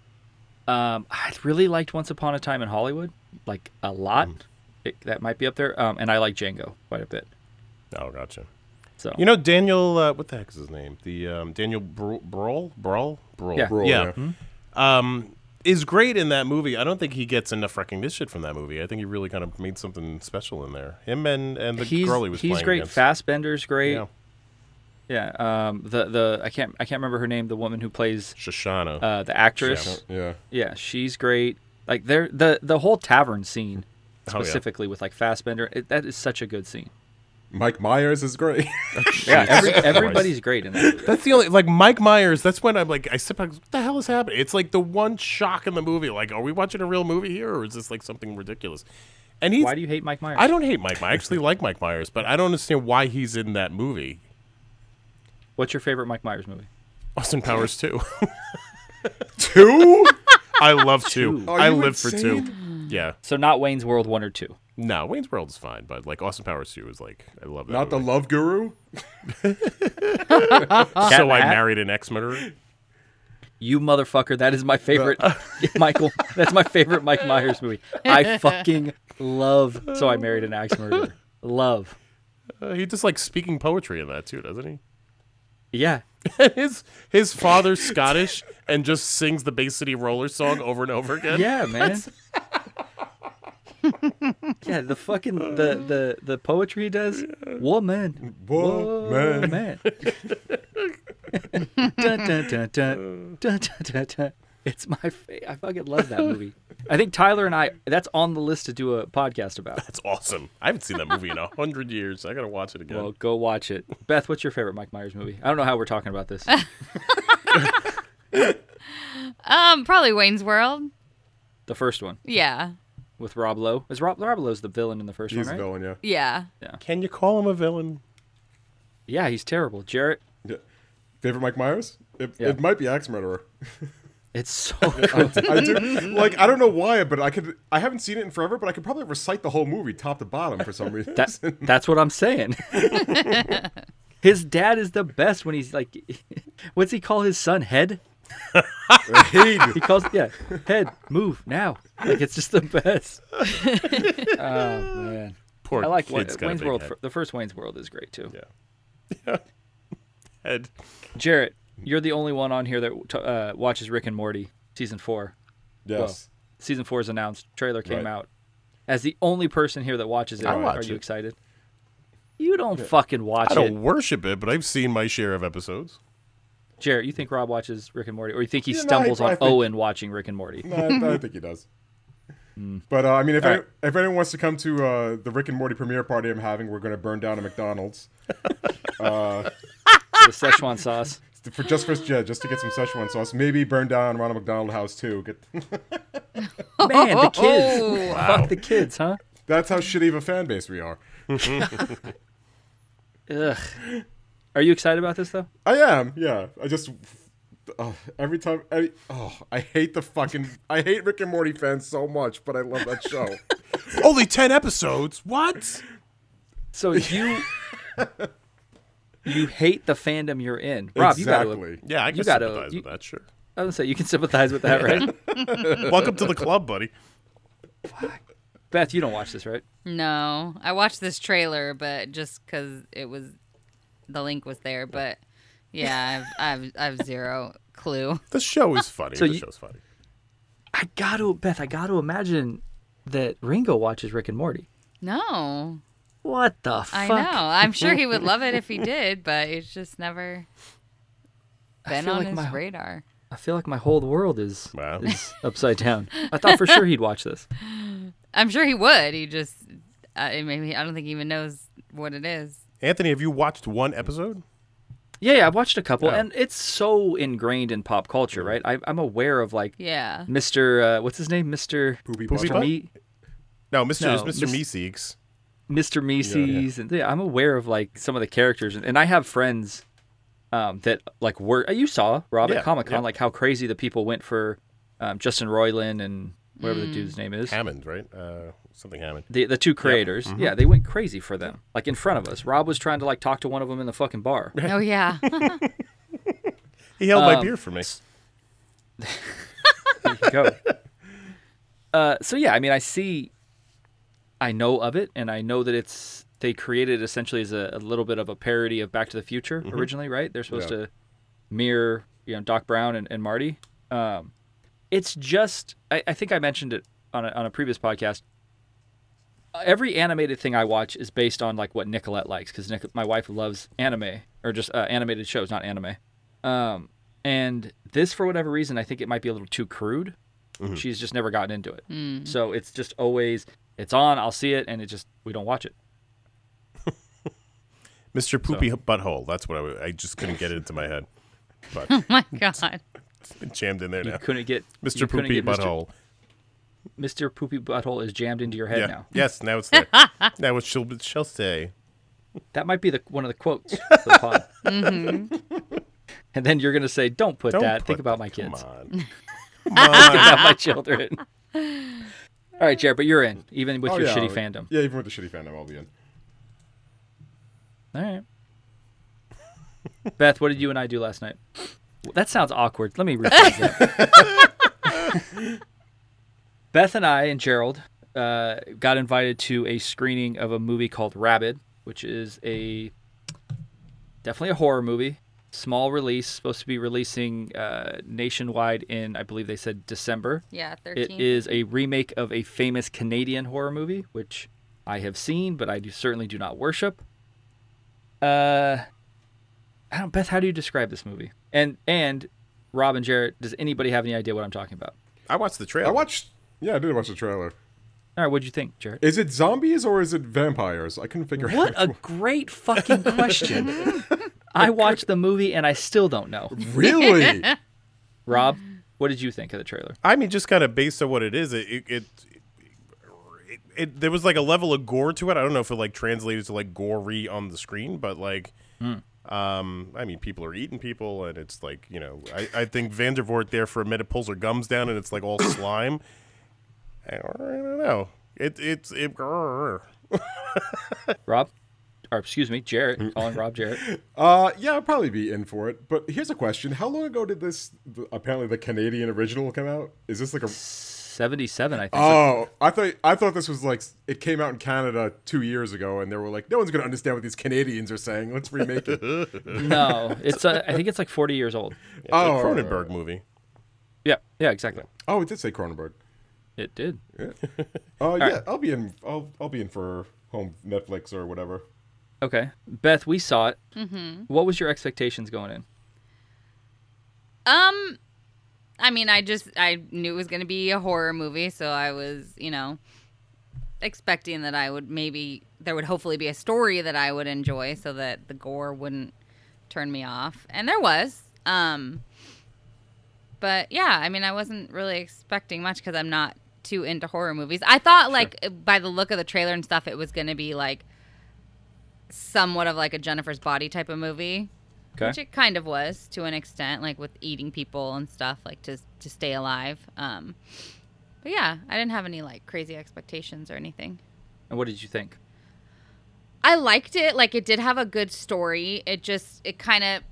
[SPEAKER 1] Um, I really liked Once Upon a Time in Hollywood like a lot.
[SPEAKER 4] Mm.
[SPEAKER 1] It, that might be up there. Um, and I like Django quite a bit.
[SPEAKER 4] Oh, gotcha.
[SPEAKER 1] So
[SPEAKER 4] You know Daniel, uh, what the heck is his name? The um, Daniel Br- Brawl, Brawl, Brawl,
[SPEAKER 1] Yeah.
[SPEAKER 2] Brawl,
[SPEAKER 4] yeah.
[SPEAKER 2] yeah.
[SPEAKER 4] Um, is great in that movie. I don't think he gets enough recognition from that movie. I think he really kind of made something special in there. Him and and the
[SPEAKER 1] he's
[SPEAKER 4] girl he was
[SPEAKER 1] he's
[SPEAKER 4] playing
[SPEAKER 1] great.
[SPEAKER 4] against.
[SPEAKER 1] Fassbender's great.
[SPEAKER 4] yeah,
[SPEAKER 1] Yeah. Um. The the I can't I can't remember her name. The woman who plays
[SPEAKER 4] Shoshana.
[SPEAKER 1] uh the actress.
[SPEAKER 4] Yeah.
[SPEAKER 2] Yeah.
[SPEAKER 1] Yeah, she's great. Like they're the the whole tavern scene
[SPEAKER 4] Oh, yeah. [laughs]
[SPEAKER 1] specifically with like Fassbender. It, that is such a good scene.
[SPEAKER 2] Mike Myers is great.
[SPEAKER 1] [laughs]
[SPEAKER 2] [laughs]
[SPEAKER 1] Yeah. Every,
[SPEAKER 4] Christ.
[SPEAKER 1] everybody's great in that.
[SPEAKER 4] That's the only like Mike Myers. That's when I'm like, I sit back. What the hell is happening? It's like the one shock in the movie. Like, are we watching a real movie here, or is this like something ridiculous? And he's.
[SPEAKER 1] Why do you hate Mike Myers?
[SPEAKER 4] I don't hate Mike. Myers. I actually like Mike Myers, but I don't understand why he's in that movie.
[SPEAKER 1] What's your favorite Mike Myers movie?
[SPEAKER 4] Austin Powers [laughs] too.
[SPEAKER 2] Two.
[SPEAKER 4] I love two.
[SPEAKER 2] Are
[SPEAKER 4] I
[SPEAKER 2] you
[SPEAKER 4] live for two.
[SPEAKER 2] insane?
[SPEAKER 4] Yeah.
[SPEAKER 1] So not Wayne's World one or two.
[SPEAKER 4] No, Wayne's World is fine, but like Austin Powers two is like I love that.
[SPEAKER 2] Not the
[SPEAKER 4] movie.
[SPEAKER 2] Love Guru.
[SPEAKER 1] Cat in
[SPEAKER 4] so
[SPEAKER 1] the
[SPEAKER 4] I
[SPEAKER 1] Hat?
[SPEAKER 4] married an ex murderer.
[SPEAKER 1] You motherfucker, that is my
[SPEAKER 4] [laughs]
[SPEAKER 1] favorite [laughs] Michael. That's my favorite Mike Myers movie. I fucking love So I Married an Axe Murderer. Love.
[SPEAKER 4] Uh, he just like speaking poetry in that too, doesn't he? [laughs]
[SPEAKER 1] Yeah.
[SPEAKER 4] his his father's Scottish and just sings the Bay City Roller song over and over
[SPEAKER 2] [laughs]
[SPEAKER 4] again.
[SPEAKER 1] Yeah, man. yeah, the fucking the the the poetry he does. Woman,
[SPEAKER 2] Woman.
[SPEAKER 1] woman. dun, dun, dun, dun, dun, dun, dun, dun. It's my fa- I fucking love that movie. I think Tyler and I that's on the list to do a podcast about.
[SPEAKER 4] That's awesome. I haven't seen that movie in a hundred years. I gotta watch it again.
[SPEAKER 1] Well, go watch it. Beth, what's your favorite Mike Myers movie? I don't know how we're talking
[SPEAKER 2] [laughs]
[SPEAKER 1] about this.
[SPEAKER 3] Um, probably Wayne's World.
[SPEAKER 1] The first one
[SPEAKER 3] Yeah,
[SPEAKER 1] with Rob Lowe. Is Rob Rob Lowe's the villain in the first
[SPEAKER 2] He's
[SPEAKER 1] one,
[SPEAKER 2] a
[SPEAKER 1] right?
[SPEAKER 2] villain. Yeah.
[SPEAKER 3] yeah.
[SPEAKER 4] Can you call him a villain?
[SPEAKER 1] Yeah, he's terrible. Jarrett,
[SPEAKER 2] Yeah. Favorite Mike Myers? It,
[SPEAKER 1] Yeah.
[SPEAKER 2] it might be Axe Murderer.
[SPEAKER 1] it's so good.
[SPEAKER 2] [laughs] I
[SPEAKER 1] [laughs]
[SPEAKER 2] do like I don't know why, but I could I haven't seen it in forever, but I could probably recite the whole movie top to bottom for some reason.
[SPEAKER 1] [laughs] That,
[SPEAKER 4] [laughs]
[SPEAKER 1] that's what I'm saying. his dad is the best when he's like, [laughs] what's he call his son?
[SPEAKER 4] [laughs]
[SPEAKER 1] Head?
[SPEAKER 2] Hey,
[SPEAKER 1] He calls, yeah, head, move now. Like, it's just the
[SPEAKER 4] [laughs]
[SPEAKER 1] best. oh, man.
[SPEAKER 4] Poor
[SPEAKER 1] I like Wa-
[SPEAKER 4] kid's got a
[SPEAKER 1] Wayne's
[SPEAKER 4] big
[SPEAKER 1] World.
[SPEAKER 4] head.
[SPEAKER 1] fir- The first Wayne's World is great, too.
[SPEAKER 4] Yeah. Head.
[SPEAKER 1] Jarrett, you're the only one on here that t- uh, watches Rick and Morty season four.
[SPEAKER 2] yes.
[SPEAKER 1] Season four is announced. Trailer came
[SPEAKER 2] Right.
[SPEAKER 1] out. As the only person here that watches it,
[SPEAKER 4] I watch
[SPEAKER 1] are you
[SPEAKER 4] it.
[SPEAKER 1] excited? You don't fucking watch
[SPEAKER 4] I
[SPEAKER 1] it.
[SPEAKER 4] don't worship it, but I've seen my share of episodes.
[SPEAKER 1] Jared, you think Rob watches Rick and Morty, or you think he
[SPEAKER 2] Yeah, no,
[SPEAKER 1] stumbles
[SPEAKER 2] I- I
[SPEAKER 1] on
[SPEAKER 2] think-
[SPEAKER 1] Owen watching Rick and Morty?
[SPEAKER 2] No, I, I think he does. But uh, I mean, if,
[SPEAKER 1] Hmm. All
[SPEAKER 2] any, if anyone wants to come to uh, the Rick and Morty premiere party I'm having, we're going to burn down a McDonald's
[SPEAKER 1] The Szechuan
[SPEAKER 3] [laughs]
[SPEAKER 1] sauce.
[SPEAKER 2] for just for yeah, just to get some Szechuan sauce. Maybe burn down Ronald McDonald House too. Get, [laughs]
[SPEAKER 1] Man, the kids.
[SPEAKER 3] Oh,
[SPEAKER 1] Fuck the kids, huh?
[SPEAKER 2] that's how shitty of a fan base we are.
[SPEAKER 1] Ugh. Are you excited about this though?
[SPEAKER 2] I am, yeah. I just oh, every time, I, oh, I hate the fucking, I hate Rick and Morty fans so much, but I love that show.
[SPEAKER 4] Only ten episodes. What?
[SPEAKER 1] So you you hate the fandom you're in, [laughs] Rob? You gotta,
[SPEAKER 2] exactly.
[SPEAKER 4] Yeah, I can
[SPEAKER 1] You gotta-
[SPEAKER 4] sympathize
[SPEAKER 1] you-
[SPEAKER 4] with
[SPEAKER 1] [laughs]
[SPEAKER 4] that. Sure.
[SPEAKER 1] I would say you can sympathize with that, right?
[SPEAKER 4] Welcome to the club, buddy.
[SPEAKER 1] Beth, you don't watch this, right?
[SPEAKER 3] No, I watched this trailer, but just because it was the link was there, but yeah, I've I've I've zero
[SPEAKER 1] [laughs]
[SPEAKER 3] clue.
[SPEAKER 4] The show is funny.
[SPEAKER 1] So
[SPEAKER 4] the
[SPEAKER 1] you-
[SPEAKER 4] show's funny.
[SPEAKER 1] I got to, Beth. I got to imagine that Ringo watches Rick and Morty.
[SPEAKER 3] No,
[SPEAKER 1] What the fuck?
[SPEAKER 3] I know. I'm sure he would love it if he did, but it's just never been
[SPEAKER 1] feel
[SPEAKER 3] on
[SPEAKER 1] like
[SPEAKER 3] his
[SPEAKER 1] my-
[SPEAKER 3] radar.
[SPEAKER 1] I feel like my whole world is
[SPEAKER 2] [laughs]
[SPEAKER 4] Wow.
[SPEAKER 1] is upside down. I thought for sure he'd watch this.
[SPEAKER 3] I'm sure he would. He just uh, maybe I don't think he even knows what it is.
[SPEAKER 4] Anthony, have you watched one episode?
[SPEAKER 1] Yeah, yeah, I've watched a couple,
[SPEAKER 4] Yeah.
[SPEAKER 1] and it's so ingrained in pop culture, right? I, I'm aware of like [laughs]
[SPEAKER 3] Yeah.
[SPEAKER 1] Mr. Uh, what's his name, Mr.
[SPEAKER 2] Poopy
[SPEAKER 4] Poopy
[SPEAKER 2] Butt.
[SPEAKER 4] Butt?
[SPEAKER 1] Me,
[SPEAKER 4] No, Mr.
[SPEAKER 1] No,
[SPEAKER 4] it's Mr.
[SPEAKER 1] Mis-
[SPEAKER 4] Meeseeks.
[SPEAKER 1] Mr. Mises, and yeah, I'm aware of like some of the characters, and, and I have friends um, that like were you saw Rob
[SPEAKER 4] Yeah,
[SPEAKER 1] at Comic Con,
[SPEAKER 4] yeah.
[SPEAKER 1] like how crazy the people went for um, Justin Roiland and whatever the dude's name is,
[SPEAKER 4] Hammond, right? Uh, something Hammond.
[SPEAKER 1] the the two creators.
[SPEAKER 4] Mm-hmm.
[SPEAKER 1] Yeah, they went crazy for them, like in front of us. Rob was trying to like talk to one of them in the fucking bar.
[SPEAKER 3] Oh yeah. [laughs]
[SPEAKER 4] He held
[SPEAKER 1] Um,
[SPEAKER 4] my beer for me.
[SPEAKER 1] There you go. [laughs] Uh, so yeah, I mean, I see, I know of it, and I know that it's they created essentially as a, a little bit of a parody of Back to the Future originally, right? They're supposed
[SPEAKER 2] Yeah.
[SPEAKER 1] to mirror, you know, Doc Brown and, and Marty. Um, it's just, I, I think I mentioned it on a, on a previous podcast. Uh, Every animated thing I watch is based on like what Nicolette likes because Nic- my wife loves anime or just uh, animated shows, not anime. Um, and this, for whatever reason, I think it might be a little too crude.
[SPEAKER 4] Mm-hmm.
[SPEAKER 1] She's just never gotten into it. So it's just always it's on. I'll see it, and it just we don't watch it.
[SPEAKER 4] Mr. Poopy Butthole. That's what I, wa- I just couldn't get it into my head. But
[SPEAKER 3] Oh my god.
[SPEAKER 4] it's jammed in there
[SPEAKER 1] You
[SPEAKER 4] now.
[SPEAKER 1] couldn't get you
[SPEAKER 4] Mr.
[SPEAKER 1] couldn't
[SPEAKER 4] Poopy
[SPEAKER 1] get
[SPEAKER 4] Butthole.
[SPEAKER 1] Mr. Mr. Poopy Butthole is jammed into your head
[SPEAKER 4] Yeah.
[SPEAKER 1] now.
[SPEAKER 4] Yes, now
[SPEAKER 1] [laughs]
[SPEAKER 4] it's there. now it's she'll, she'll say.
[SPEAKER 1] That might be the one of the
[SPEAKER 4] [laughs]
[SPEAKER 1] quotes. for the pod. And then you're gonna say, "Don't put
[SPEAKER 4] Don't
[SPEAKER 1] that.
[SPEAKER 4] put
[SPEAKER 1] Think about my
[SPEAKER 4] Come
[SPEAKER 1] kids.
[SPEAKER 4] on.
[SPEAKER 1] [laughs] Think about my children." All right, Jared, but you're in, even with
[SPEAKER 2] Oh,
[SPEAKER 1] your
[SPEAKER 2] yeah.
[SPEAKER 1] shitty fandom.
[SPEAKER 2] Yeah, even with the shitty fandom, I'll be in.
[SPEAKER 1] All right. Beth, what did you and I do last night? Well, That sounds awkward. Let me rephrase that. [laughs] Beth and I and Gerald uh, got invited to a screening of a movie called Rabid, which is a definitely a horror movie. Small release, supposed to be releasing uh, nationwide in, I believe they said December.
[SPEAKER 3] Yeah,
[SPEAKER 1] It
[SPEAKER 3] thirteen.
[SPEAKER 1] is a remake of a famous Canadian horror movie, which I have seen, but I do, certainly do not worship. Uh, I don't, Beth, how do you describe this movie? And and Rob and Jarrett, does anybody have any idea what I'm talking about?
[SPEAKER 4] I watched the trailer.
[SPEAKER 2] I watched. Yeah, I did watch the trailer.
[SPEAKER 1] All right, what'd you think, Jarrett?
[SPEAKER 2] Is it zombies or is it vampires? I couldn't figure
[SPEAKER 1] What
[SPEAKER 2] out.
[SPEAKER 1] a great fucking question. I watched the movie and I still don't know.
[SPEAKER 2] Really?
[SPEAKER 1] [laughs] Rob, what did you think of the trailer?
[SPEAKER 4] I mean, just kind of based on what it is, it it, it it it there was like a level of gore to it. I don't know if it like translated to like gory on the screen, but like, um, I mean, people are eating people, and it's like you know, I, I think Vandervoort there for a minute pulls her gums down, and it's like all slime. I don't, I don't know. It it's it. grrr.
[SPEAKER 1] Rob, or excuse me, Jarrett, calling Rob Jarrett.
[SPEAKER 2] Uh, yeah, I'd probably be in for it. But here's a question: How long ago did this? The, apparently, the Canadian original come out. Is this like a?
[SPEAKER 1] 77, I think.
[SPEAKER 2] Oh, I thought I thought this was like it came out in Canada two years ago, and they were like, no one's gonna understand what these Canadians are saying. Let's remake
[SPEAKER 1] [laughs]
[SPEAKER 2] it. oh,
[SPEAKER 1] No, it's uh, I think it's like 40 years old.
[SPEAKER 4] It's a
[SPEAKER 2] all right, all
[SPEAKER 4] Cronenberg
[SPEAKER 2] right.
[SPEAKER 4] movie.
[SPEAKER 1] Yeah, yeah, exactly.
[SPEAKER 2] Oh, it did say Cronenberg.
[SPEAKER 1] It did.
[SPEAKER 2] Oh yeah, I'll be in. I'll I'll be in for home Netflix or whatever.
[SPEAKER 1] Okay, Beth, we saw it. What was your expectations going in?
[SPEAKER 3] Um, I mean, I just I knew it was gonna be a horror movie, so I was, you know, expecting that I would maybe there would hopefully be a story that I would enjoy, so that the gore wouldn't turn me off, and there was. Um, but yeah, I mean, I wasn't really expecting much because I'm not too into horror movies. I thought like by the look of the trailer and stuff, it was gonna be like somewhat of like a Jennifer's Body type of movie
[SPEAKER 1] Okay.
[SPEAKER 3] which it kind of was to an extent, like with eating people and stuff, like to to stay alive. Um, but yeah, I didn't have any like crazy expectations or anything.
[SPEAKER 1] And what did you think?
[SPEAKER 3] I liked it. Like it did have a good story. It just it kind of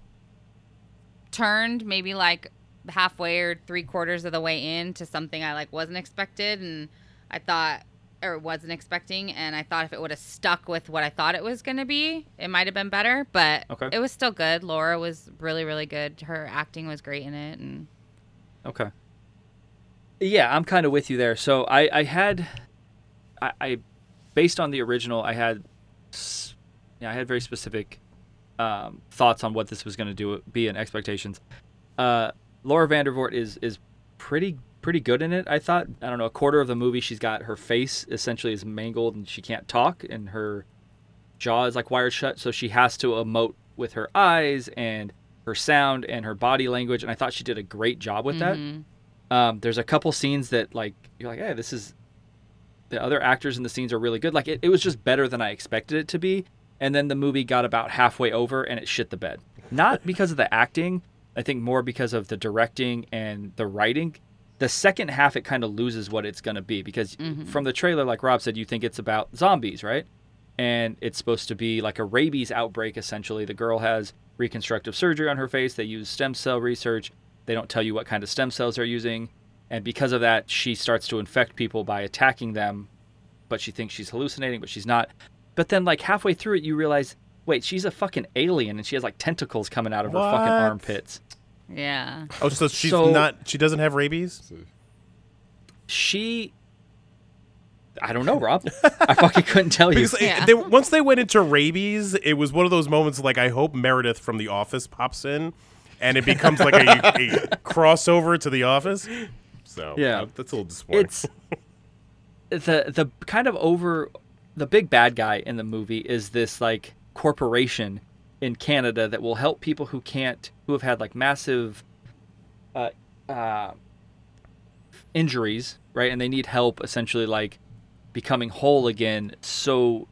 [SPEAKER 3] turned maybe like halfway or three quarters of the way in to something I like wasn't expected, and I thought or wasn't expecting, and I thought if it would have stuck with what I thought it was gonna be, it might have been better. But
[SPEAKER 1] Okay.
[SPEAKER 3] it was still good. Laura was really really good. Her acting was great in it, and
[SPEAKER 1] Okay. Yeah, I'm kind of with you there. So I, I had, I, I, based on the original, I had, s- yeah, I had very specific um, thoughts on what this was going to do, be and expectations. Uh, Laura Vandervoort is is pretty pretty good in it. I thought. I don't know. A quarter of the movie, she's got her face essentially is mangled and she can't talk, and her jaw is like wired shut, so she has to emote with her eyes and her sound and her body language. And I thought she did a great job with that. Um, there's a couple scenes that like you're like, hey, this is the other actors in the scenes are really good. Like it, it was just better than I expected it to be. And then the movie got about halfway over and it shit the bed. Not because of the acting, I think more because of the directing and the writing. The second half, it kind of loses what it's going to be because from the trailer, like Rob said, you think it's about zombies, right? and it's supposed to be like a rabies outbreak essentially. The girl has reconstructive surgery on her face. They use stem cell research. They don't tell you what kind of stem cells they're using. And because of that, she starts to infect people by attacking them, but she thinks she's hallucinating, but she's not. But then, like halfway through it, you realize wait, she's a fucking alien and she has like tentacles coming out of her
[SPEAKER 4] What?
[SPEAKER 1] fucking armpits.
[SPEAKER 3] yeah,
[SPEAKER 4] Oh, so she's
[SPEAKER 1] So-
[SPEAKER 4] not. She doesn't have rabies.
[SPEAKER 1] She. I don't know, Rob. I fucking couldn't
[SPEAKER 4] [laughs]
[SPEAKER 1] tell you.
[SPEAKER 4] Because it-
[SPEAKER 3] Yeah.
[SPEAKER 4] they, once they went into rabies, it was one of those moments like I hope Meredith from The Office pops in, and it becomes like a,
[SPEAKER 1] [laughs]
[SPEAKER 4] a crossover to The Office. So
[SPEAKER 1] Yeah.
[SPEAKER 4] uh, that's a little disappointing.
[SPEAKER 1] it's [laughs] the the kind of over the big bad guy in the movie is this like corporation in Canada that will help people who can't who have had like massive uh, uh, injuries, right? And they need help essentially like becoming whole again. So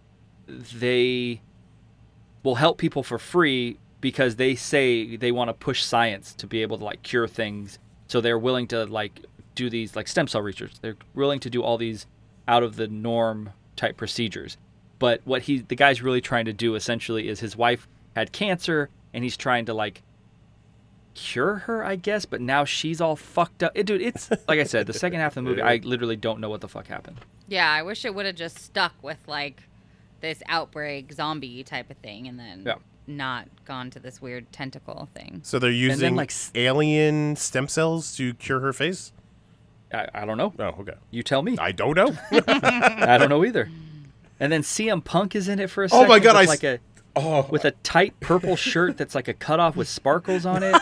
[SPEAKER 1] they will help people for free because they say they want to push science to be able to like cure things. So they're willing to like do these like stem cell research. They're willing to do all these out of the norm type procedures. But what he the guy's really trying to do essentially is his wife had cancer and he's trying to like cure her, I guess, but now she's all fucked up. It, dude, it's like I said, the second half of the movie, I literally don't know what the fuck happened.
[SPEAKER 3] yeah. I wish it would have just stuck with like this outbreak zombie type of thing, and then
[SPEAKER 1] Yeah.
[SPEAKER 3] not gone to this weird tentacle thing.
[SPEAKER 4] so they're using
[SPEAKER 1] like, s-
[SPEAKER 4] alien stem cells to cure her face.
[SPEAKER 1] I, I don't know.
[SPEAKER 4] Oh, okay.
[SPEAKER 1] You tell me.
[SPEAKER 4] I
[SPEAKER 1] [laughs]
[SPEAKER 4] don't know. [laughs]
[SPEAKER 1] I don't know either. And then CM Punk is in it for a
[SPEAKER 4] Oh
[SPEAKER 1] second.
[SPEAKER 4] my God,
[SPEAKER 1] With
[SPEAKER 4] I
[SPEAKER 1] like a
[SPEAKER 2] Oh,
[SPEAKER 1] with a tight purple shirt that's like a cutoff with sparkles on it.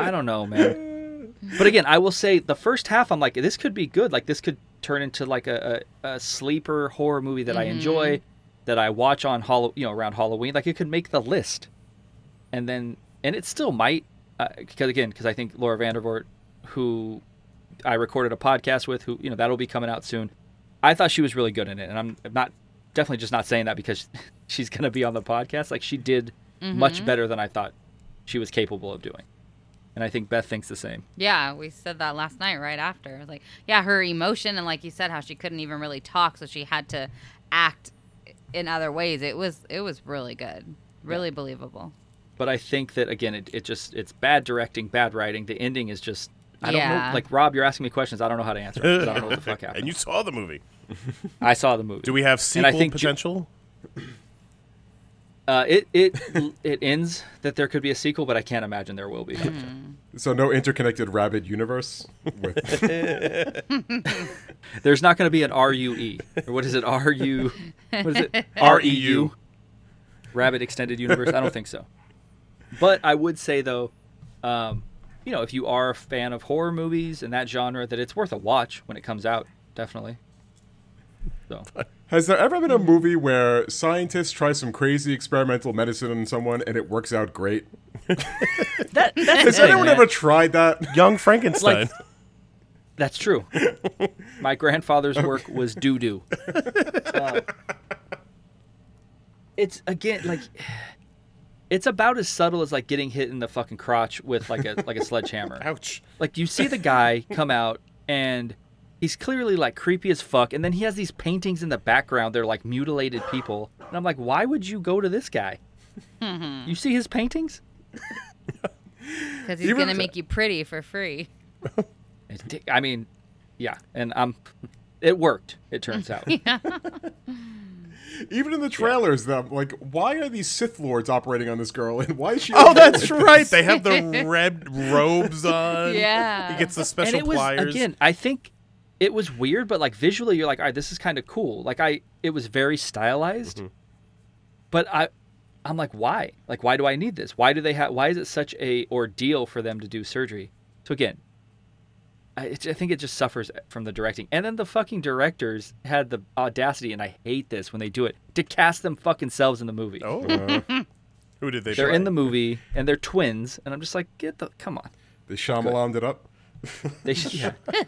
[SPEAKER 1] I don't know, man. But again, I will say the first half, I'm like, this could be good. Like this could turn into like a, a, a sleeper horror movie that I enjoy, that I watch on Hall, you know, around Halloween. Like it could make the list, and then and it still might, uh, because again, because I think Laura Vandervoort, who I recorded a podcast with, who you know that'll be coming out soon. I thought she was really good in it, and I'm not definitely just not saying that because [laughs] she's gonna be on the podcast. Like she did much better than I thought she was capable of doing, and I think Beth thinks the same.
[SPEAKER 3] Yeah, we said that last night right after. Like, yeah, her emotion and like you said, how she couldn't even really talk, so she had to act in other ways. It was it was really good, really believable.
[SPEAKER 1] But I think that again, it, it just it's bad directing, bad writing. The ending is just I don't
[SPEAKER 3] Yeah.
[SPEAKER 1] know. Like Rob, you're asking me questions. I don't know how to answer. 'em 'cause I don't know what the fuck happened.
[SPEAKER 4] [laughs] and you saw the movie.
[SPEAKER 1] I saw the movie.
[SPEAKER 4] Do we have
[SPEAKER 1] And I
[SPEAKER 4] sequel
[SPEAKER 1] think Ju-
[SPEAKER 4] potential?
[SPEAKER 1] Uh, it it [laughs] it ends that there could be a sequel, but I can't imagine there will be.
[SPEAKER 2] so no interconnected rabbit universe with
[SPEAKER 1] [laughs] There's not going to be an RUE. Or what is it? RU. What is it?
[SPEAKER 2] E
[SPEAKER 1] E
[SPEAKER 4] REU.
[SPEAKER 1] Rabbit Extended Universe. I don't think so. But I would say, though, um, you know, if you are a fan of horror movies and that genre, that it's worth a watch when it comes out, definitely.
[SPEAKER 2] [laughs]
[SPEAKER 1] So,
[SPEAKER 2] Has there ever been a movie where scientists try some crazy experimental medicine on someone and it works out great?
[SPEAKER 1] that, that's,
[SPEAKER 2] Has anyone ever tried that? [laughs]
[SPEAKER 4] Young Frankenstein.
[SPEAKER 1] that's true. My grandfather's work was Um, doo doo. it's, again, like, it's about as subtle as like getting hit in the fucking crotch with like a like a sledgehammer.
[SPEAKER 4] [laughs] Ouch.
[SPEAKER 1] Like you see the guy come out and he's clearly like creepy as fuck and then he has these paintings in the background they're like mutilated people and I'm like why would you go to this guy? you see his paintings?
[SPEAKER 3] because he's
[SPEAKER 4] Even
[SPEAKER 3] gonna
[SPEAKER 4] if-
[SPEAKER 3] make you pretty for free.
[SPEAKER 1] It's di- I mean, yeah, and I'm it worked, it turns out.
[SPEAKER 2] Even in the trailers, though, like, why are these Sith lords operating on this girl, [laughs] and why is she?
[SPEAKER 4] Oh,
[SPEAKER 1] [laughs]
[SPEAKER 4] that's right. They have the red robes on.
[SPEAKER 3] Yeah.
[SPEAKER 4] He gets the
[SPEAKER 1] and
[SPEAKER 4] special
[SPEAKER 1] it was
[SPEAKER 4] pliers.
[SPEAKER 1] again, I think it was weird, but like visually you're like, all right, this is kind of cool. Like I it was very stylized.
[SPEAKER 4] Mm-hmm.
[SPEAKER 1] But I I'm like, why? Like why do I need this? Why do they have why is it such a ordeal for them to do surgery? So again, I, it, I think it just suffers eh, from the directing. And then the fucking directors had the audacity, and I hate this when they do it, to cast them fucking selves in the movie. [laughs]
[SPEAKER 4] Oh. Who did they
[SPEAKER 1] They're
[SPEAKER 4] play?
[SPEAKER 1] in the movie and they're twins, and I'm just like, get the come on.
[SPEAKER 2] They Shyamalan it up.
[SPEAKER 4] [laughs]
[SPEAKER 1] They should,
[SPEAKER 3] [laughs]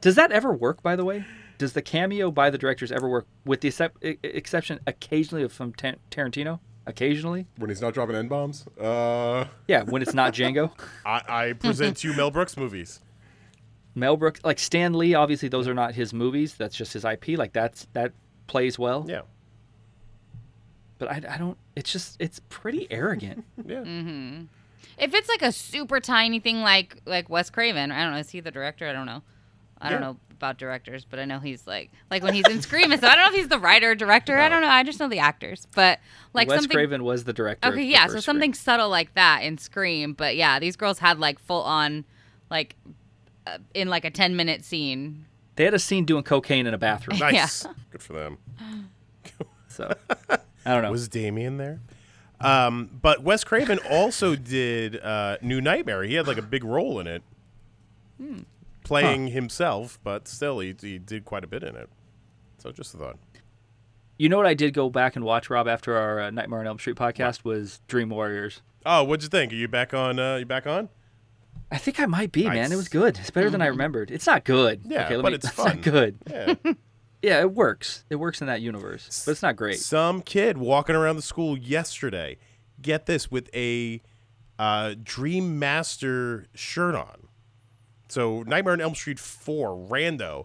[SPEAKER 1] Does that ever work? By the way, does the cameo by the directors ever work? With the excep- e- exception occasionally of from Tar- Tarantino, occasionally,
[SPEAKER 2] when he's not dropping n bombs. Uh,
[SPEAKER 1] yeah, when it's not
[SPEAKER 3] [laughs]
[SPEAKER 1] Django,
[SPEAKER 4] I, I present you Mel Brooks movies.
[SPEAKER 1] Mel Brooks, like Stan Lee. Obviously, those are not his movies. That's just his IP. Like that's that plays well.
[SPEAKER 4] Yeah.
[SPEAKER 1] But I, I don't. It's just it's pretty arrogant.
[SPEAKER 4] Yeah.
[SPEAKER 3] If it's like a super tiny thing, like like Wes Craven, I don't know. Is he the director? I don't know. I don't
[SPEAKER 4] Yeah.
[SPEAKER 3] know about directors, but I know he's like like when he's in Scream. and stuff, I don't know if he's the writer or director. I don't know. I just know the actors, but [laughs] like
[SPEAKER 1] Wes
[SPEAKER 3] something.
[SPEAKER 1] Craven was the director. of
[SPEAKER 3] okay,
[SPEAKER 1] the
[SPEAKER 3] yeah. So
[SPEAKER 1] first
[SPEAKER 3] something
[SPEAKER 1] Scream.
[SPEAKER 3] subtle like that in Scream, but yeah, these girls had like full on, like, uh, in like a ten minute scene.
[SPEAKER 1] They had a scene doing cocaine in a bathroom.
[SPEAKER 4] Nice. Good for them. [laughs]
[SPEAKER 1] So I don't know.
[SPEAKER 4] Was Damien there? Um, but Wes Craven also did uh, New Nightmare. He had like a big role in it, playing himself, but still, he, he did quite a bit in it. So just a thought.
[SPEAKER 1] you know what I did go back and watch Rob after our uh, Nightmare on Elm Street podcast was Dream Warriors.
[SPEAKER 4] Oh, what'd you think? Are you back on? Uh, you back [laughs] on?
[SPEAKER 1] I think I might be, man. It was
[SPEAKER 4] Nice. Mm-hmm.
[SPEAKER 1] good. It's better than I remembered. It's not good.
[SPEAKER 4] Yeah,
[SPEAKER 1] okay, let
[SPEAKER 4] but
[SPEAKER 1] me, [laughs]
[SPEAKER 4] it's
[SPEAKER 1] it's
[SPEAKER 4] fun.
[SPEAKER 1] not good.
[SPEAKER 4] Yeah.
[SPEAKER 1] Yeah, it works. It works in that universe, but it's not great.
[SPEAKER 4] Some kid walking around the school yesterday, get this, with a uh, Dream Master shirt on. So Nightmare on Elm Street 4, rando.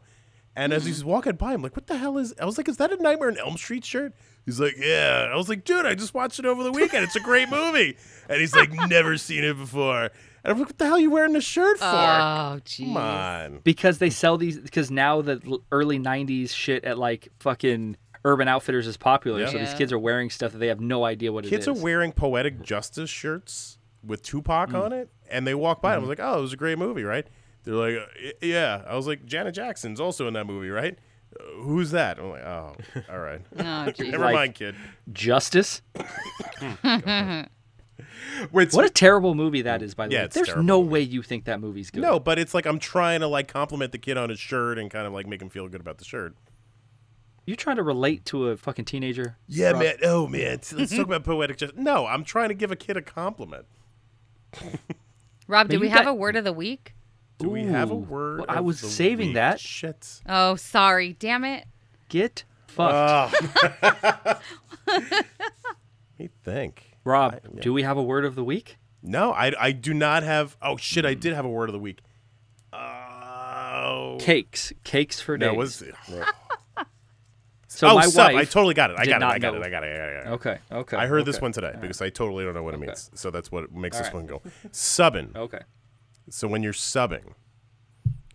[SPEAKER 4] And as he's walking by, I'm like, what the hell is. I was like, is that a Nightmare on Elm Street shirt? He's like, yeah. I was like, dude, I just watched it over the weekend. It's a great movie. And he's like, never seen it before. And I'm like, what the hell are you wearing a shirt for?
[SPEAKER 3] Oh,
[SPEAKER 4] Come
[SPEAKER 3] jeez.
[SPEAKER 4] on.
[SPEAKER 1] Because they sell these, because now the l- early 90s shit at like fucking Urban Outfitters is popular.
[SPEAKER 4] Yeah.
[SPEAKER 1] So these
[SPEAKER 3] Yeah.
[SPEAKER 1] kids are wearing stuff that they have no idea what
[SPEAKER 4] kids
[SPEAKER 1] it
[SPEAKER 4] are
[SPEAKER 1] is.
[SPEAKER 4] wearing poetic justice shirts with Tupac on it, and they walk by. I was like, "Oh, it was a great movie, right?" They're like, "Uh, y- "Yeah." I was like, "Janet Jackson's also in that movie, right?" "Uh, Who's that? I'm like, [laughs] "Oh, all right,
[SPEAKER 3] Oh, jeez.
[SPEAKER 4] never
[SPEAKER 1] Like-
[SPEAKER 4] mind, [laughs] kid."
[SPEAKER 1] Justice?
[SPEAKER 2] wait,
[SPEAKER 4] [laughs]
[SPEAKER 1] What a terrible movie that is, by the
[SPEAKER 4] Yeah,
[SPEAKER 1] way.
[SPEAKER 4] it's a
[SPEAKER 1] There's
[SPEAKER 4] terrible
[SPEAKER 1] no way you think that movie's good.
[SPEAKER 4] No, but it's like I'm trying to like compliment the kid on his shirt and kind of like make him feel good about the shirt.
[SPEAKER 1] You're trying to relate to a fucking teenager.
[SPEAKER 4] Yeah, man. Oh, man. Let's [laughs] talk about poetic justice. No, I'm trying to give a kid a compliment.
[SPEAKER 3] Rob, do
[SPEAKER 1] you
[SPEAKER 3] we have
[SPEAKER 1] got-
[SPEAKER 3] a word of the week?
[SPEAKER 4] Do we have a
[SPEAKER 1] Ooh.
[SPEAKER 4] word?
[SPEAKER 1] Well, I
[SPEAKER 4] of
[SPEAKER 1] was
[SPEAKER 4] the
[SPEAKER 1] saving
[SPEAKER 4] week?
[SPEAKER 1] that.
[SPEAKER 4] Shit.
[SPEAKER 3] Oh, sorry. Damn it.
[SPEAKER 1] Get fucked.
[SPEAKER 4] Let me think.
[SPEAKER 1] Rob, do we have a word of the week?
[SPEAKER 4] No, I, I do not have. Oh shit! I did have a word of the week. Oh,
[SPEAKER 1] Cakes. Cakes for
[SPEAKER 4] no,
[SPEAKER 1] days.
[SPEAKER 4] was [sighs]
[SPEAKER 1] So
[SPEAKER 4] oh
[SPEAKER 1] my
[SPEAKER 4] sub. I
[SPEAKER 1] wife-
[SPEAKER 4] totally got it. I
[SPEAKER 1] did
[SPEAKER 4] got it.
[SPEAKER 1] not
[SPEAKER 4] I got, it.
[SPEAKER 1] know.
[SPEAKER 4] I got it. I got it. I got it.
[SPEAKER 1] Okay. Okay.
[SPEAKER 4] I heard this
[SPEAKER 1] okay,
[SPEAKER 4] one today because I totally don't know what it means. So that's what makes this
[SPEAKER 1] Alright.
[SPEAKER 4] one
[SPEAKER 1] [laughs]
[SPEAKER 4] go subbing.
[SPEAKER 1] Okay.
[SPEAKER 4] So when you're subbing,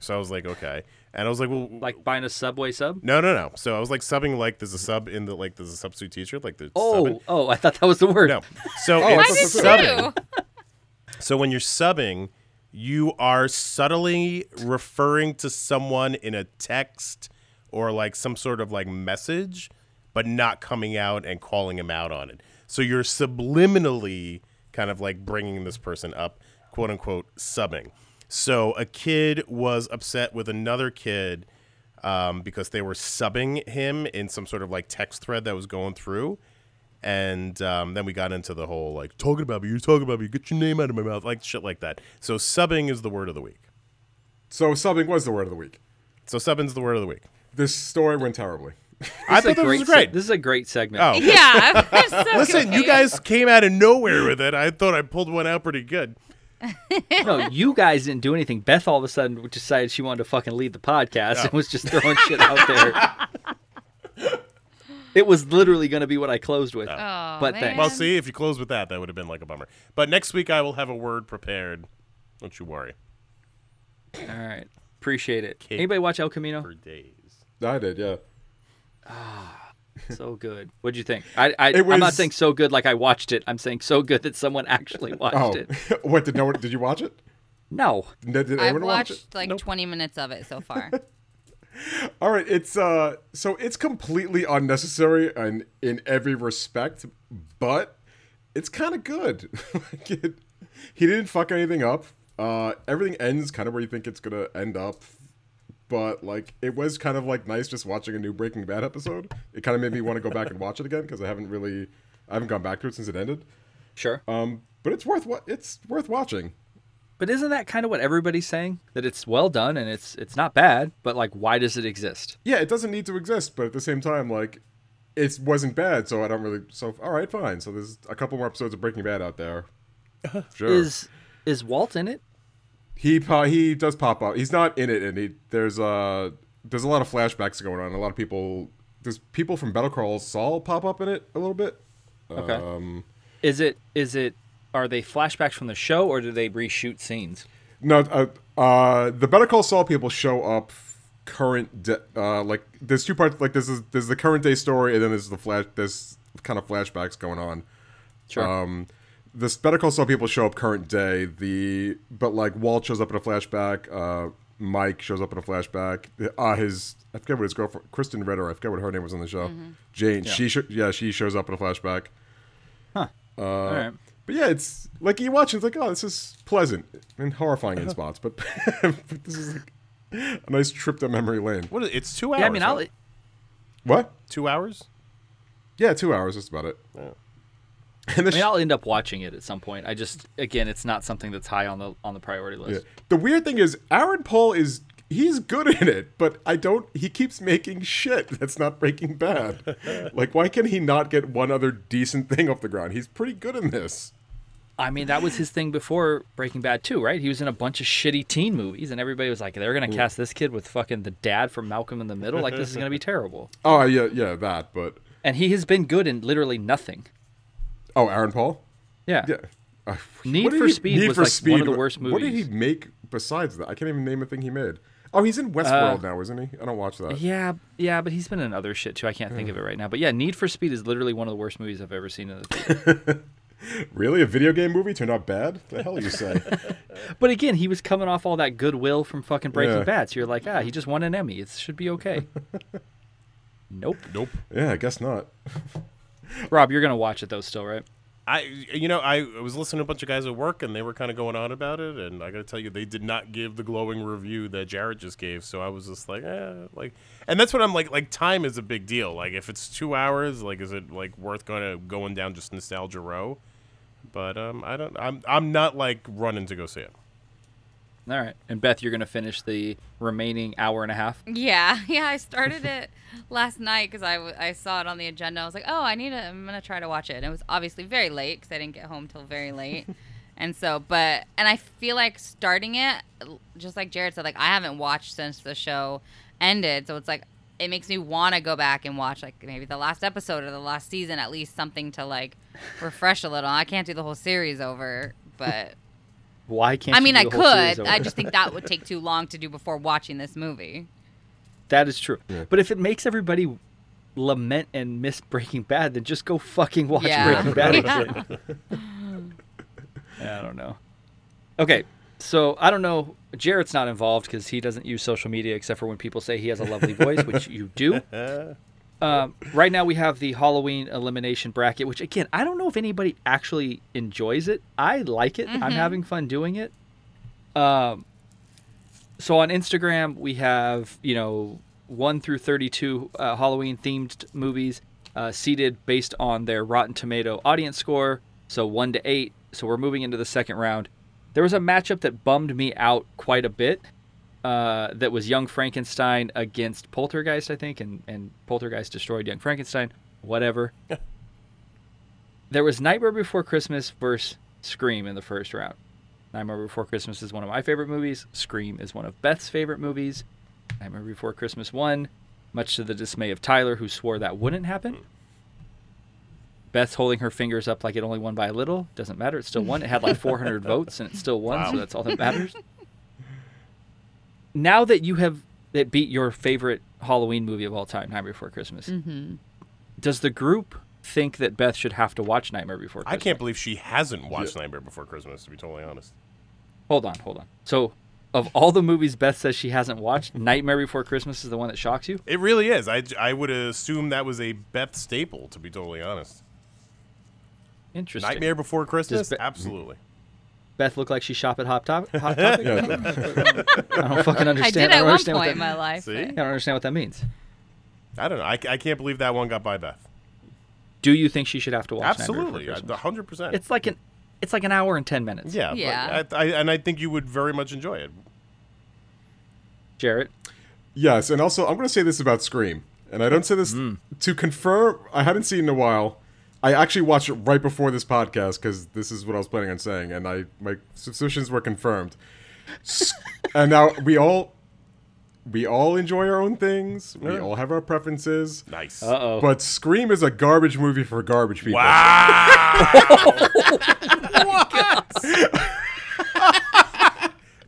[SPEAKER 4] so I was like, okay, and I was like, well,
[SPEAKER 1] Like buying a Subway sub?
[SPEAKER 4] no, no, no. So I was like subbing like there's a sub in the like there's a substitute teacher like there's
[SPEAKER 1] Oh,
[SPEAKER 4] subbing.
[SPEAKER 1] oh, I thought that was the word.
[SPEAKER 4] No,
[SPEAKER 1] [laughs]
[SPEAKER 4] so
[SPEAKER 2] I
[SPEAKER 4] it's
[SPEAKER 2] did too.
[SPEAKER 4] subbing.
[SPEAKER 3] Ew.
[SPEAKER 4] So when you're subbing, you are subtly referring to someone in a text or like some sort of like message, but not coming out and calling him out on it. So you're subliminally kind of like bringing this person up, quote unquote, subbing. So a kid was upset with another kid um, because they were subbing him in some sort of like text thread that was going through and um, then we got into the whole like talking about me, you're talking about me, get your name out of my mouth, like shit like that. So subbing is the word of the week.
[SPEAKER 2] so subbing was the word of the week.
[SPEAKER 4] So subbing's the word of the week.
[SPEAKER 2] This story went terribly.
[SPEAKER 4] I
[SPEAKER 1] This is a
[SPEAKER 4] thought this was
[SPEAKER 1] se-
[SPEAKER 4] great.
[SPEAKER 1] this is a great segment.
[SPEAKER 4] Oh.
[SPEAKER 3] Yeah. [laughs] I'm so
[SPEAKER 4] Listen, you
[SPEAKER 3] confused.
[SPEAKER 4] guys came out of nowhere with it. I thought I pulled one out pretty good.
[SPEAKER 1] No, you guys didn't do anything. Beth all of a sudden decided she wanted to fucking lead the podcast
[SPEAKER 4] Oh.
[SPEAKER 1] and was just throwing shit out there.
[SPEAKER 4] [laughs]
[SPEAKER 1] It was literally going to be what I closed with.
[SPEAKER 3] Aw,
[SPEAKER 1] but
[SPEAKER 3] man.
[SPEAKER 1] thanks.
[SPEAKER 4] Oh, Well, see, if you close with that, that would have been like a bummer. But next week I will have a word prepared. Don't you worry.
[SPEAKER 1] All right. Appreciate it.
[SPEAKER 4] Cake.
[SPEAKER 1] Anybody watch El Camino?
[SPEAKER 4] For days.
[SPEAKER 2] I did, yeah.
[SPEAKER 1] So good. What'd you think? I, I
[SPEAKER 2] It
[SPEAKER 1] I'm not
[SPEAKER 2] was-
[SPEAKER 1] saying so good like I watched it. I'm saying so good that someone
[SPEAKER 4] [laughs]
[SPEAKER 1] actually watched
[SPEAKER 2] Oh,
[SPEAKER 1] it.
[SPEAKER 2] [laughs] what did no one? Did you watch it?
[SPEAKER 1] No.
[SPEAKER 2] Did, did
[SPEAKER 3] I've
[SPEAKER 2] anyone watch it?
[SPEAKER 3] watched like 20 minutes of it so far.
[SPEAKER 2] All right, it's uh so it's completely unnecessary and in every respect, but it's kind of good. [laughs] Like, it- he didn't fuck anything up. Uh everything ends kind of where you think it's going to end up. But like it was kind of like nice just watching a new Breaking Bad episode. It kind of made me want to go back and watch it again because I haven't really I haven't gone back to it since it ended.
[SPEAKER 1] Sure.
[SPEAKER 2] Um but it's worth what it's worth watching.
[SPEAKER 1] But isn't that kind of what everybody's saying? That it's well done and it's it's not bad, but like why does it exist?
[SPEAKER 2] Yeah, it doesn't need to exist, but at the same time, like, it wasn't bad, so I don't really. So, all right, fine. So there's a couple more episodes of Breaking Bad out there. Sure.
[SPEAKER 1] Is is Walt in it?
[SPEAKER 2] he po- he does pop up. He's not in it, and he there's uh there's a lot of flashbacks going on. A lot of people there's people from Battle Crawl Saul pop up in it a little bit.
[SPEAKER 1] Okay.
[SPEAKER 2] Um,
[SPEAKER 1] Is it is it are they flashbacks from the show or do they reshoot scenes?
[SPEAKER 2] No, uh, uh, the Better Call Saul people show up current, de- uh, like there's two parts. Like there's there's the current day story, and then there's the flash. There's kind of flashbacks going on.
[SPEAKER 1] Sure.
[SPEAKER 2] Um, the Better Call Saul people show up current day. The but like Walt shows up in a flashback. Uh, Mike shows up in a flashback. Uh, his I forget what his girlfriend Kristen Ritter. I forget what her name was on the show. Jane. She sho- yeah she shows up in a flashback. uh,
[SPEAKER 1] All right.
[SPEAKER 2] But yeah, it's like you watch, it, it's like, oh, this is pleasant and horrifying
[SPEAKER 1] Uh-huh.
[SPEAKER 2] in spots, but, [laughs] but this is like a nice trip down memory lane.
[SPEAKER 4] What is, it's two hours.
[SPEAKER 1] Yeah, I mean, I'll, e-
[SPEAKER 4] right?
[SPEAKER 2] What?
[SPEAKER 4] two hours.
[SPEAKER 2] Yeah, two hours, that's about it. And the,
[SPEAKER 1] I mean, I'll end up watching it at some point. I just, again, it's not something that's high on the on the priority
[SPEAKER 2] sh-
[SPEAKER 1] list.
[SPEAKER 2] the weird thing is, Aaron Paul is he's good in it, but I don't. He keeps making shit that's not Breaking Bad. like, why can he not get one other decent thing off the ground? He's pretty good in this.
[SPEAKER 1] I mean, that was his thing before Breaking Bad too, right? He was in a bunch of shitty teen movies, and everybody was like, "They're
[SPEAKER 2] Mm.
[SPEAKER 1] gonna cast this kid with fucking the dad from Malcolm in the Middle. Like, this is gonna be terrible."
[SPEAKER 2] Oh yeah, yeah, that. But
[SPEAKER 1] And he has been good in literally nothing.
[SPEAKER 2] oh, Aaron Paul.
[SPEAKER 1] Yeah.
[SPEAKER 2] Yeah. Uh,
[SPEAKER 1] Need
[SPEAKER 2] what did
[SPEAKER 1] for
[SPEAKER 2] he-
[SPEAKER 1] Speed was, like, one of the worst
[SPEAKER 2] What did he
[SPEAKER 1] movies.
[SPEAKER 2] make besides that? I can't even name a thing he made. Oh, he's in Westworld
[SPEAKER 1] Uh,
[SPEAKER 2] now, isn't he? I don't watch that.
[SPEAKER 1] Yeah, yeah, but he's been in other shit too. I can't
[SPEAKER 2] Mm.
[SPEAKER 1] think of it right now. But yeah, Need for Speed is literally one of the worst movies I've ever seen in the theater.
[SPEAKER 2] Really, a video game movie turned out bad? The hell you
[SPEAKER 1] [laughs]
[SPEAKER 2] say?
[SPEAKER 1] [laughs] But again, he was coming off all that goodwill from fucking Breaking
[SPEAKER 2] Yeah.
[SPEAKER 1] Bad. So you're like, ah, he just won an Emmy. It should be
[SPEAKER 2] [laughs]
[SPEAKER 1] okay. nope.
[SPEAKER 4] Nope.
[SPEAKER 2] yeah, I guess not.
[SPEAKER 1] Rob, you're gonna watch it though, still, right?
[SPEAKER 4] I, you know, I was listening to a bunch of guys at work, and they were kind of going on about it. And I got to tell you, they did not give the glowing review that Jared just gave. So I was just like, eh, like, and that's what I'm like. Like, time is a big deal. Like, if it's two hours, like, is it like worth going to going down just nostalgia row? But um, I don't. I'm I'm not like running to go see it.
[SPEAKER 1] All right. And Beth, you're gonna finish the remaining hour and a half.
[SPEAKER 3] Yeah, yeah. I started it last night because I, w- I saw it on the agenda. I was like, oh, I need to. I'm gonna try to watch it. And it was obviously very late because I didn't get home till very late. and so, but and I feel like starting it, l- just like Jared said, like I haven't watched since the show ended. So it's like it makes me want to go back and watch like maybe the last episode or the last season, at least something to like refresh a little. I can't do the whole series over, but.
[SPEAKER 1] Why can't
[SPEAKER 3] I
[SPEAKER 1] you
[SPEAKER 3] mean,
[SPEAKER 1] do
[SPEAKER 3] I
[SPEAKER 1] the whole series
[SPEAKER 3] could.
[SPEAKER 1] over?
[SPEAKER 3] I just think that would take too long to do before watching this movie.
[SPEAKER 1] that is true. But if it makes everybody lament and miss Breaking Bad, then just go fucking watch
[SPEAKER 3] Yeah.
[SPEAKER 1] Breaking Bad.
[SPEAKER 3] Yeah.
[SPEAKER 1] again.
[SPEAKER 3] [laughs]
[SPEAKER 1] Yeah, I don't know. Okay, so I don't know. Jared's not involved because he doesn't use social media except for when people say he has a lovely voice, which you do. Um, right now we have the Halloween elimination bracket, which again I don't know if anybody actually enjoys it. I like it.
[SPEAKER 3] Mm-hmm.
[SPEAKER 1] I'm having fun doing it. Um, so on Instagram we have you know one through thirty-two uh, Halloween themed movies uh, seated based on their Rotten Tomato audience score, so one to eight. So we're moving into the second round. There was a matchup that bummed me out quite a bit. uh, that was Young Frankenstein against Poltergeist, I think, and, and Poltergeist destroyed Young Frankenstein. Whatever. there was Nightmare Before Christmas versus Scream in the first round. Nightmare Before Christmas is one of my favorite movies. Scream is one of Beth's favorite movies. Nightmare Before Christmas won, much to the dismay of Tyler, who swore that wouldn't happen. Beth's holding her fingers up like it only won by a little. Doesn't matter. It still won. It had like 400 votes and it still won, so that's all that matters. Now that you have that beat your favorite Halloween movie of all time, Nightmare Before Christmas, does the group think that Beth should have to watch Nightmare Before
[SPEAKER 4] I
[SPEAKER 1] Christmas?
[SPEAKER 4] can't believe she hasn't watched Nightmare Before Christmas. To be totally honest,
[SPEAKER 1] Hold on, hold on. So, of all the movies Beth says she hasn't watched, Nightmare Before Christmas is the one that shocks you?
[SPEAKER 4] it really is. I I would assume that was a Beth staple. To be totally honest,
[SPEAKER 1] Interesting.
[SPEAKER 4] Nightmare Before Christmas,
[SPEAKER 1] Beth-
[SPEAKER 4] absolutely.
[SPEAKER 1] Beth looked like she shop at Hot, Top-
[SPEAKER 3] [laughs]
[SPEAKER 1] Hot Topic.
[SPEAKER 2] Yeah,
[SPEAKER 1] I don't fucking
[SPEAKER 3] I did
[SPEAKER 1] understand.
[SPEAKER 3] at
[SPEAKER 1] don't
[SPEAKER 3] one
[SPEAKER 1] understand what
[SPEAKER 3] point
[SPEAKER 1] that
[SPEAKER 3] in my life.
[SPEAKER 4] See?
[SPEAKER 3] but-
[SPEAKER 1] I don't understand what that means.
[SPEAKER 4] I don't know. I, I can't believe that one got by Beth.
[SPEAKER 1] Do you think she should have to watch Nightmare
[SPEAKER 4] Absolutely, Uh,
[SPEAKER 1] Before Christmas?
[SPEAKER 4] hundred percent.
[SPEAKER 1] It's like an it's like an hour and 10 minutes.
[SPEAKER 4] Yeah, but
[SPEAKER 3] Yeah.
[SPEAKER 4] I, I, and I think you would very much enjoy it.
[SPEAKER 1] Jarrett,
[SPEAKER 2] Yes, and also I'm going to say this about Scream, and I don't say this
[SPEAKER 4] Mm.
[SPEAKER 2] to confirm. I haven't seen it in a while. I actually watched it right before this podcast because this is what I was planning on saying, and I my suspicions were confirmed.
[SPEAKER 4] [laughs]
[SPEAKER 2] S- and now we all we all enjoy our own things. We all have our preferences.
[SPEAKER 4] Nice.
[SPEAKER 1] Uh-oh.
[SPEAKER 2] But Scream is a garbage movie for garbage people.
[SPEAKER 4] [laughs] Wow.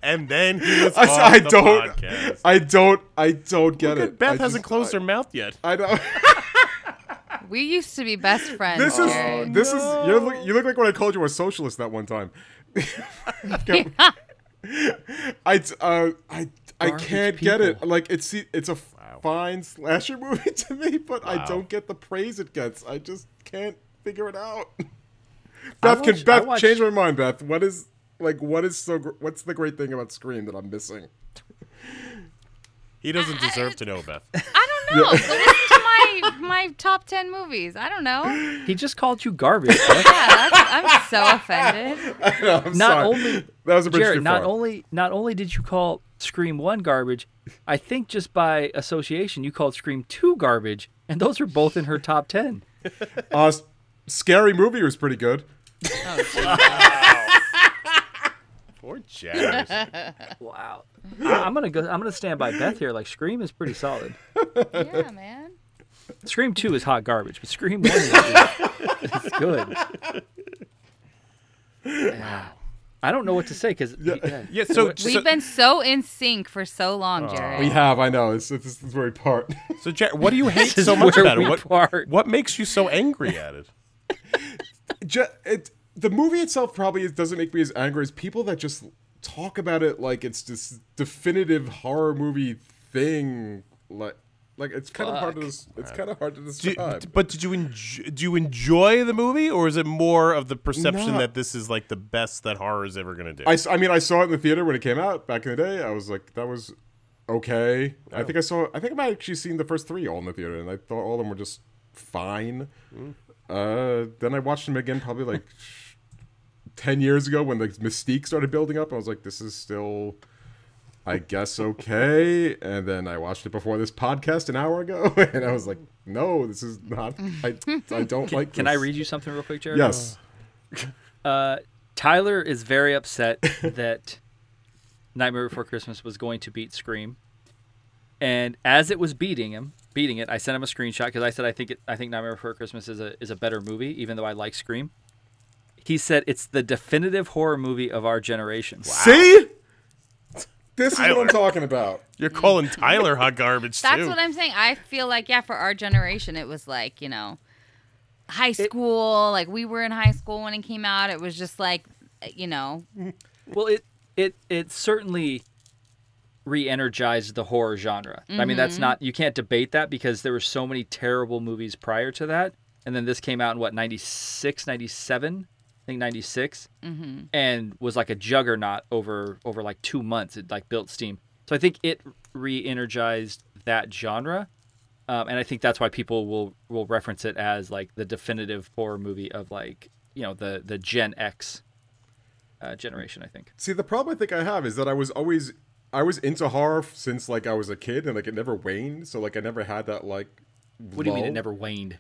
[SPEAKER 4] and then he
[SPEAKER 2] [laughs]
[SPEAKER 4] was
[SPEAKER 2] I,
[SPEAKER 4] on
[SPEAKER 2] I
[SPEAKER 4] the
[SPEAKER 2] don't.
[SPEAKER 4] podcast.
[SPEAKER 2] I don't. I don't get
[SPEAKER 4] Look at
[SPEAKER 2] it.
[SPEAKER 4] Beth
[SPEAKER 2] I
[SPEAKER 4] hasn't
[SPEAKER 2] just-
[SPEAKER 4] closed her mouth yet.
[SPEAKER 2] I don't.
[SPEAKER 3] We used to
[SPEAKER 1] [laughs]
[SPEAKER 3] be best friends.
[SPEAKER 2] This is
[SPEAKER 1] Oh,
[SPEAKER 3] Jared.
[SPEAKER 2] this is you look you look like when I called you a socialist that one time. [laughs]
[SPEAKER 1] [laughs]
[SPEAKER 2] I t- uh, I I
[SPEAKER 1] Garbage
[SPEAKER 2] can't get it.
[SPEAKER 1] people.
[SPEAKER 2] Like it's it's a f- fine slasher movie [laughs] to me, but I don't get the praise it gets. I just can't figure it out. [laughs] Beth
[SPEAKER 1] watched- I
[SPEAKER 2] can Beth
[SPEAKER 1] watched-
[SPEAKER 2] change my mind. Beth, what is like what is so gr- what's the great thing about Scream that I'm missing? [laughs]
[SPEAKER 4] He doesn't deserve to know, Beth. [laughs]
[SPEAKER 3] I don't know. Go listen to my my top ten movies. I don't know. Yeah,
[SPEAKER 1] he just called you garbage.
[SPEAKER 4] [laughs]
[SPEAKER 1] Beth.
[SPEAKER 3] that's, I'm so offended.
[SPEAKER 2] I'm
[SPEAKER 1] Not
[SPEAKER 2] sorry.
[SPEAKER 1] only-
[SPEAKER 2] [laughs] that was a bridge
[SPEAKER 1] Jarrett,
[SPEAKER 2] too
[SPEAKER 1] not
[SPEAKER 2] far.
[SPEAKER 1] only not only did you call Scream 1 garbage, I think just by association you called Scream 2 garbage, and those are both in her top 10.
[SPEAKER 2] uh, s- scary movie was pretty good.
[SPEAKER 4] Poor Jared.
[SPEAKER 1] Wow. I- I'm gonna go. I'm gonna stand by Beth here. Like Scream is pretty solid.
[SPEAKER 3] Yeah,
[SPEAKER 1] [laughs]
[SPEAKER 3] man.
[SPEAKER 1] Scream Two is hot garbage, but Scream One is is good. Yeah. I don't know what to say because
[SPEAKER 4] yeah. So, so,
[SPEAKER 3] We've been so in sync for so long, Jared.
[SPEAKER 2] We have, I know. It's, it's, this very part. [laughs]
[SPEAKER 4] so Jared, what do you hate
[SPEAKER 1] is
[SPEAKER 4] so much
[SPEAKER 1] where
[SPEAKER 4] about
[SPEAKER 1] we
[SPEAKER 4] it? What
[SPEAKER 1] part.
[SPEAKER 4] what makes you so angry at it?
[SPEAKER 2] Ju- it, the movie itself probably is- doesn't make me as angry as people that just talk about it like it's this definitive horror movie thing. Like, like it's kind of hard to des- it's kind of hard to
[SPEAKER 4] Do,
[SPEAKER 2] describe.
[SPEAKER 4] but did you enjoy, do you enjoy the movie, or is it more of the perception
[SPEAKER 2] No.
[SPEAKER 4] that this is like the best that horror is ever gonna do?
[SPEAKER 2] I, s- I mean, I saw it in the theater when it came out back in the day. I was like, that was okay. I think I saw. I think I might have actually seen the first three all in the theater, and I thought all of them were just fine.
[SPEAKER 1] Mm.
[SPEAKER 2] Uh, then I watched them again probably like [laughs] ten years ago when the mystique started building up. I was like, this is still. I
[SPEAKER 1] [laughs]
[SPEAKER 2] guess okay, and then I watched it before this podcast an hour ago, [laughs] and I was like, "No, this is not. I, I don't like."
[SPEAKER 1] Can
[SPEAKER 2] this.
[SPEAKER 1] I read you something real quick, Jared?
[SPEAKER 2] Yes.
[SPEAKER 1] Uh, Tyler is very upset that Nightmare Before Christmas was going to beat Scream, and as it was beating him, beating it, I sent him a screenshot because I said I think it, I think Nightmare Before Christmas is a is a better movie, even though I like Scream. He said it's the definitive horror movie of our generation.
[SPEAKER 2] See, this is what
[SPEAKER 4] Tyler.
[SPEAKER 2] I'm talking about.
[SPEAKER 4] You're calling Tyler hot garbage
[SPEAKER 3] That's
[SPEAKER 4] too.
[SPEAKER 3] what I'm saying. I feel like yeah, for our generation, it was like you know, high school. like we were in high school when it came out. It was just like you know,
[SPEAKER 1] Well, it it it certainly re-energized the horror genre. I mean, that's not you can't debate that because there were so many terrible movies prior to that, and then this came out in what 96, 97? I think 96, and was like a juggernaut over over like two months. It like built steam. So I think it re-energized that genre. Um, and I think that's why people will will reference it as like the definitive horror movie of like you know the the Gen X uh, generation. I think.
[SPEAKER 2] See, the problem I think I have is that I was always I was into horror f- since like I was a kid, and like it never waned. So like I never had that like.
[SPEAKER 1] What do you mean
[SPEAKER 2] lull.
[SPEAKER 1] it never waned?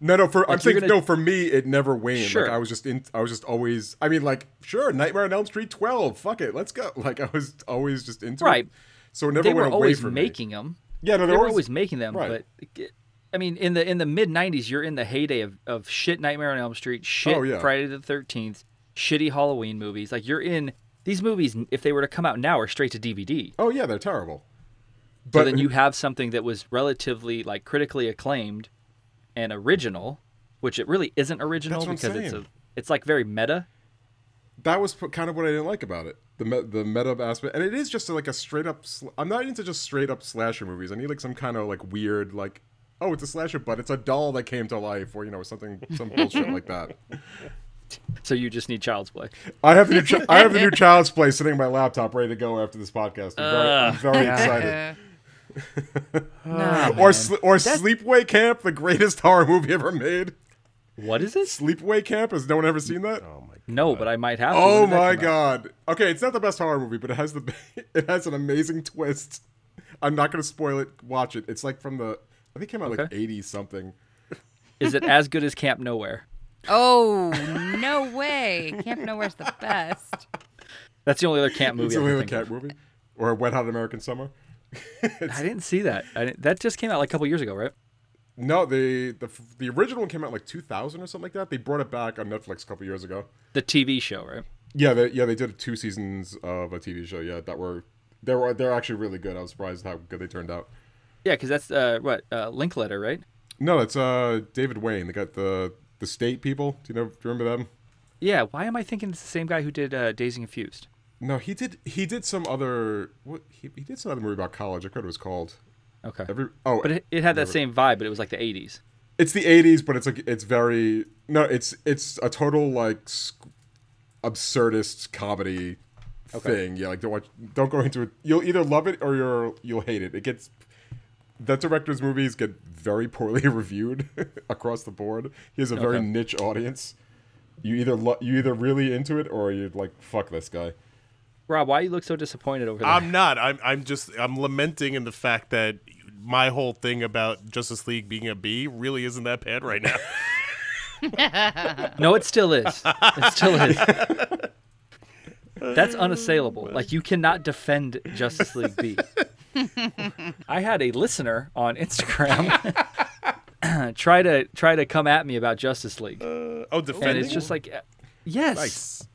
[SPEAKER 2] No, no. For I'm
[SPEAKER 1] you're
[SPEAKER 2] saying
[SPEAKER 1] gonna-
[SPEAKER 2] no. For me, it never waned.
[SPEAKER 1] Sure.
[SPEAKER 2] Like I was just in. I was just always. I mean, like sure, Nightmare on Elm Street 12. Fuck it, let's go. [laughs] Like I was always just into
[SPEAKER 1] Right.
[SPEAKER 2] it. So it never
[SPEAKER 1] They
[SPEAKER 2] went away
[SPEAKER 1] were always
[SPEAKER 2] from
[SPEAKER 1] making them.
[SPEAKER 2] me. Yeah, no,
[SPEAKER 1] They
[SPEAKER 2] they're
[SPEAKER 1] were
[SPEAKER 2] always,
[SPEAKER 1] always making them,
[SPEAKER 2] right.
[SPEAKER 1] but I mean, in the in the mid '90s, you're in the heyday of, of shit Nightmare on Elm Street, shit
[SPEAKER 2] Oh, yeah.
[SPEAKER 1] Friday the Thirteenth, shitty Halloween movies. Like you're in these movies. If they were to come out now, are straight to DVD.
[SPEAKER 2] Oh yeah, they're terrible. But
[SPEAKER 1] So then you have something that was relatively like critically acclaimed and original, which it really isn't original
[SPEAKER 2] That's what I'm
[SPEAKER 1] because it's a
[SPEAKER 2] saying.
[SPEAKER 1] it's like very meta.
[SPEAKER 2] that was p- kind of what I didn't like about it. The me- the meta aspect, and it is just like a straight up. Sl- I'm not into just straight up slasher movies. I need like some kind of like weird like. Oh, it's a slasher, but it's a doll that came to life, or you know, something, some bullshit like that.
[SPEAKER 1] So you just need Child's Play.
[SPEAKER 2] I have the new, chi- I have the new Child's Play sitting on my laptop, ready to go after this podcast. I'm very, I'm very excited. [laughs] or sl- or Sleepaway Camp, the greatest [laughs] horror movie ever made.
[SPEAKER 1] What is this?
[SPEAKER 2] Sleepaway Camp. Has no one ever seen that?
[SPEAKER 4] Oh my god.
[SPEAKER 1] No, but I might have. to.
[SPEAKER 2] Oh
[SPEAKER 1] When did that
[SPEAKER 2] my
[SPEAKER 1] come out?
[SPEAKER 2] god. Okay, it's not the best horror movie, but it has the [laughs] it has an amazing twist. I'm not going to spoil it. Watch it. It's like from the I think it came out like
[SPEAKER 1] Okay.
[SPEAKER 2] 80 something.
[SPEAKER 1] Is it as good as Camp Nowhere?
[SPEAKER 3] Oh no way! Camp Nowhere's the best.
[SPEAKER 1] That's the only other camp movie.
[SPEAKER 2] It's a
[SPEAKER 1] I can
[SPEAKER 2] Leela
[SPEAKER 1] think of.
[SPEAKER 2] Cat movie or Wet Hot American Summer.
[SPEAKER 1] I didn't see that. I didn't, that just came out like a couple years ago, right?
[SPEAKER 2] No, the the f- the original one came out like 2000 or something like that. They brought it back on Netflix a couple years ago.
[SPEAKER 1] The TV show, right?
[SPEAKER 2] Yeah, they, yeah, they did two seasons of a TV show. Yeah, that were they were they're actually really good. I was surprised how good they turned out.
[SPEAKER 1] Yeah, because that's uh, what uh, Linkletter, right?
[SPEAKER 2] No, it's uh David Wayne. They got the the state people. Do you know? Do you remember them?
[SPEAKER 1] Yeah. Why am I thinking it's the same guy who did uh, Dazed and Confused?
[SPEAKER 2] No, he did. He did some other. What he, he did some other movie about college. I forgot what it was called.
[SPEAKER 1] Okay.
[SPEAKER 2] Every oh,
[SPEAKER 1] but it, it had that same vibe, but it was like the '80s.
[SPEAKER 2] it's the '80s, but it's like it's very no. It's it's a total like sc- absurdist comedy thing. Yeah, like don't watch. Don't go into it. You'll either love it or you're you'll hate it. It gets that director's movies get very poorly [laughs] reviewed across the board. He has a very
[SPEAKER 1] Okay.
[SPEAKER 2] niche audience. You either lo- you either really into it or you're like fuck this guy.
[SPEAKER 1] Rob, why you look so disappointed over there?
[SPEAKER 4] I'm not. I'm I'm just I'm lamenting in the fact that my whole thing about Justice League being a B really isn't that bad
[SPEAKER 1] [laughs]
[SPEAKER 4] right now.
[SPEAKER 1] No, it still is. It still is. That's unassailable. Like you cannot defend Justice League B. I had a listener on Instagram [laughs] try to try to come at me about Justice League,
[SPEAKER 4] oh,
[SPEAKER 1] and
[SPEAKER 4] defending.
[SPEAKER 1] it's just like, uh, yes.
[SPEAKER 4] nice.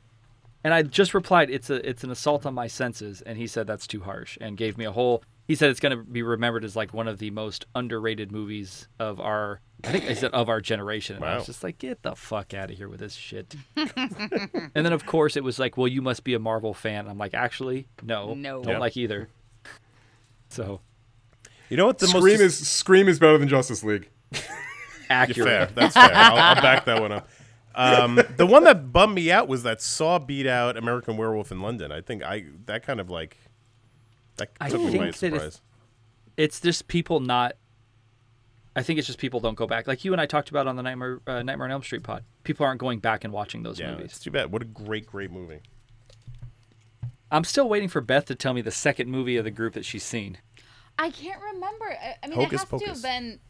[SPEAKER 1] And I just replied, "It's a it's an assault on my senses," and he said that's too harsh, and gave me a whole. He said it's going to be remembered as like one of the most underrated movies of our, I think I said of our generation. And I
[SPEAKER 4] Wow.
[SPEAKER 1] was just like, get the fuck out of here with this shit. and then of course it was like, well, you must be a Marvel fan. I'm like, actually, no,
[SPEAKER 3] No.
[SPEAKER 1] don't
[SPEAKER 4] Yeah.
[SPEAKER 1] like either. So
[SPEAKER 4] You know what the
[SPEAKER 2] Scream
[SPEAKER 4] most dis-
[SPEAKER 2] is Scream is better than Justice League.
[SPEAKER 1] accurate.
[SPEAKER 4] fair. That's fair. I'll, I'll back that
[SPEAKER 1] [laughs]
[SPEAKER 4] one up. Um, the one that bummed me out was that Saw beat out American Werewolf in London. I think I that kind of like that
[SPEAKER 1] I
[SPEAKER 4] took me by
[SPEAKER 1] think that it's-
[SPEAKER 4] surprise.
[SPEAKER 1] it's just people not. I think it's just people don't go back. Like you and I talked about on the Nightmare uh, Nightmare on Elm Street pod, people aren't going back and watching those
[SPEAKER 4] Yeah,
[SPEAKER 1] movies.
[SPEAKER 4] it's too bad. What a great, great movie.
[SPEAKER 1] I'm still waiting for Beth to tell me the second movie of the group that she's seen.
[SPEAKER 3] I can't remember. I, I mean, it
[SPEAKER 4] Hocus
[SPEAKER 3] has to
[SPEAKER 4] Pocus.
[SPEAKER 3] have been.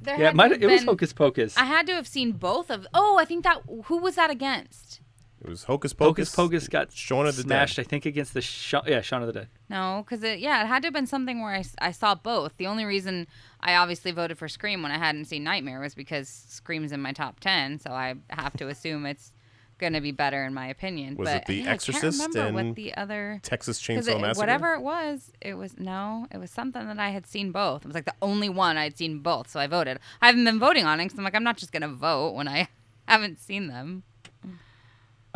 [SPEAKER 3] There
[SPEAKER 1] Yeah,
[SPEAKER 3] had
[SPEAKER 1] it,
[SPEAKER 3] to
[SPEAKER 1] might,
[SPEAKER 3] have
[SPEAKER 1] it was
[SPEAKER 3] been-
[SPEAKER 1] Hocus Pocus.
[SPEAKER 3] I had to have seen both of. Oh, I think that. Who was that against?
[SPEAKER 4] It was Hocus
[SPEAKER 1] Hocus
[SPEAKER 4] Pocus.
[SPEAKER 1] Pocus got
[SPEAKER 4] Shaun of the Dead.
[SPEAKER 1] smashed, I think, against the Sha yeah Shaun of the Dead.
[SPEAKER 3] No, because it yeah, it had to have been something where I, s- I saw both. The only reason I obviously voted for Scream when I hadn't seen Nightmare was because Scream's in my top ten, so I have to assume it's gonna be better in my opinion.
[SPEAKER 4] Was
[SPEAKER 3] but,
[SPEAKER 4] it The
[SPEAKER 3] yeah,
[SPEAKER 4] Exorcist
[SPEAKER 3] I can't remember
[SPEAKER 4] and
[SPEAKER 3] what the other
[SPEAKER 4] Texas
[SPEAKER 3] 'cause
[SPEAKER 4] Chainsaw
[SPEAKER 3] it-
[SPEAKER 4] Massacre.
[SPEAKER 3] whatever it was, it was no, it was something that I had seen both. It was like the only one I'd seen both, so I voted. I haven't been voting on it because I'm like I'm not just gonna vote when I [laughs] haven't seen them.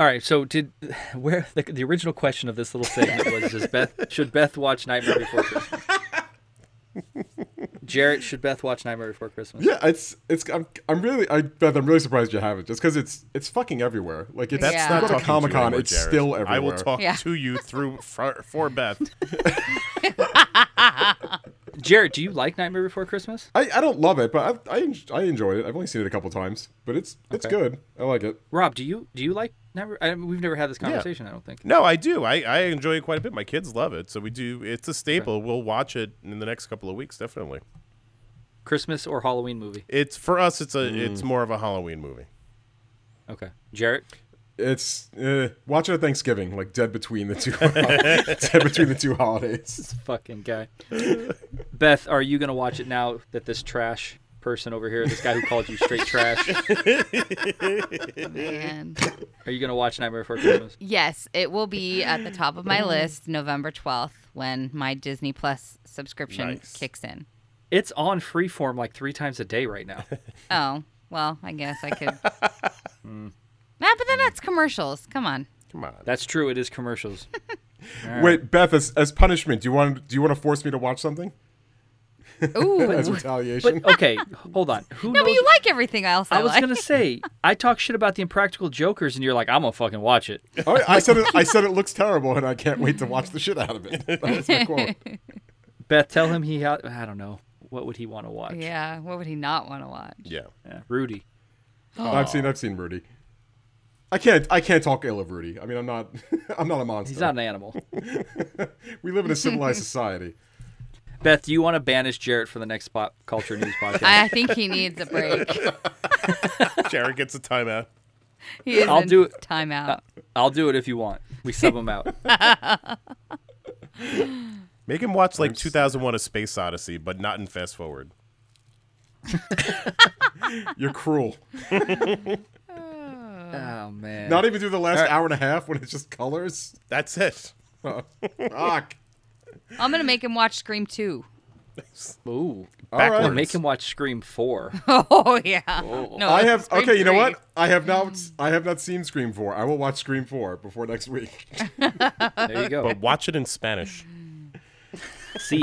[SPEAKER 1] All right, so did [laughs] where the, the original question of this little segment was:
[SPEAKER 3] [laughs]
[SPEAKER 1] Does Beth should Beth watch Nightmare Before Christmas? Jarrett, should Beth watch Nightmare Before Christmas?
[SPEAKER 2] Yeah, it's it's I'm, I'm really I Beth, I'm really surprised you haven't just because it's it's fucking everywhere. Like it's
[SPEAKER 4] That's
[SPEAKER 3] Yeah.
[SPEAKER 4] not
[SPEAKER 2] you go
[SPEAKER 4] talking
[SPEAKER 2] to Comic Con, it's still everywhere.
[SPEAKER 4] I will talk
[SPEAKER 3] Yeah.
[SPEAKER 4] to you through for, for Beth.
[SPEAKER 1] Jarrett, do you like Nightmare Before Christmas?
[SPEAKER 2] I, I don't love it, but I, I en- I enjoyed it. I've only seen it a couple times, but it's it's
[SPEAKER 1] Okay.
[SPEAKER 2] good. I like it.
[SPEAKER 1] Rob, do you do you like Nightmare? I, we've never had this conversation. I don't think.
[SPEAKER 4] No, I do. I, I enjoy it quite a bit. My kids love it, so we do. It's a staple. We'll watch it in the next couple of weeks, definitely.
[SPEAKER 1] Christmas or Halloween movie?
[SPEAKER 4] It's for us. It's a.
[SPEAKER 2] Hmm.
[SPEAKER 4] It's more of a Halloween movie.
[SPEAKER 1] Okay, Jarrett.
[SPEAKER 2] It's uh, watch it at Thanksgiving, like dead between the two, [laughs] dead between the two holidays.
[SPEAKER 1] fucking guy. [laughs] Beth, are you gonna watch it now that this trash person over here, this guy who called you straight [laughs] trash,
[SPEAKER 3] Man.
[SPEAKER 1] are you gonna watch Nightmare Before Christmas?
[SPEAKER 3] Yes, it will be at the top of my list November 12th when my Disney Plus subscription
[SPEAKER 4] Nice.
[SPEAKER 3] kicks in.
[SPEAKER 1] It's on Freeform like three times a day right now.
[SPEAKER 3] Oh, well, I guess I could. nah, but then that's commercials. Come on.
[SPEAKER 4] Come on.
[SPEAKER 1] That's true. It is commercials.
[SPEAKER 2] Wait, Beth, as, as punishment, do you want do you want to force me to watch something
[SPEAKER 3] Ooh. [laughs]
[SPEAKER 2] as retaliation?
[SPEAKER 1] [laughs] But okay, hold on. Who
[SPEAKER 3] No,
[SPEAKER 1] knows?
[SPEAKER 3] but you like everything else I,
[SPEAKER 1] I was
[SPEAKER 3] like.
[SPEAKER 1] gonna say I talk shit about the Impractical Jokers, and you're like, I'm gonna fucking watch it.
[SPEAKER 2] Oh, yeah, I said it, I said it looks terrible, and I can't wait to watch the shit out of it. [laughs] That's my quote.
[SPEAKER 1] Beth, tell him he. Ha- I don't know. What would he want to watch?
[SPEAKER 3] Yeah, what would he not want to watch?
[SPEAKER 4] Yeah.
[SPEAKER 2] [laughs]
[SPEAKER 1] Yeah, Rudy.
[SPEAKER 2] I've seen I've seen Rudy. I can't I can't talk ill of Rudy. I mean, I'm not [laughs] I'm not a monster.
[SPEAKER 1] He's not an animal.
[SPEAKER 2] We live in a civilized society.
[SPEAKER 1] Beth, do you want to banish Jarrett for the next pop culture [laughs] news podcast?
[SPEAKER 3] I I think he needs a break.
[SPEAKER 4] Jared gets a timeout.
[SPEAKER 3] He is
[SPEAKER 1] I'll
[SPEAKER 3] in
[SPEAKER 1] do it. Uh,
[SPEAKER 3] timeout.
[SPEAKER 1] I'll do it if you want. We sub him out.
[SPEAKER 4] Make him watch like 2001: A Space Odyssey, but not in fast forward.
[SPEAKER 2] You're cruel.
[SPEAKER 1] [laughs] Oh man.
[SPEAKER 2] Not even through the last hour and a half when it's just colors.
[SPEAKER 4] That's it.
[SPEAKER 2] Fuck.
[SPEAKER 3] I'm gonna make him watch Scream
[SPEAKER 1] Ooh.
[SPEAKER 3] 2.
[SPEAKER 2] All
[SPEAKER 4] Backwards.
[SPEAKER 1] Or
[SPEAKER 2] right.
[SPEAKER 1] make him watch Scream [laughs] Four.
[SPEAKER 3] [laughs] Oh yeah. No,
[SPEAKER 2] I have
[SPEAKER 3] Scream
[SPEAKER 2] okay. You know
[SPEAKER 3] 3.
[SPEAKER 2] what? I have not. I have not seen Scream Four. I will watch Scream Four before next week. [laughs]
[SPEAKER 1] There you go.
[SPEAKER 4] But watch it in Spanish.
[SPEAKER 1] See.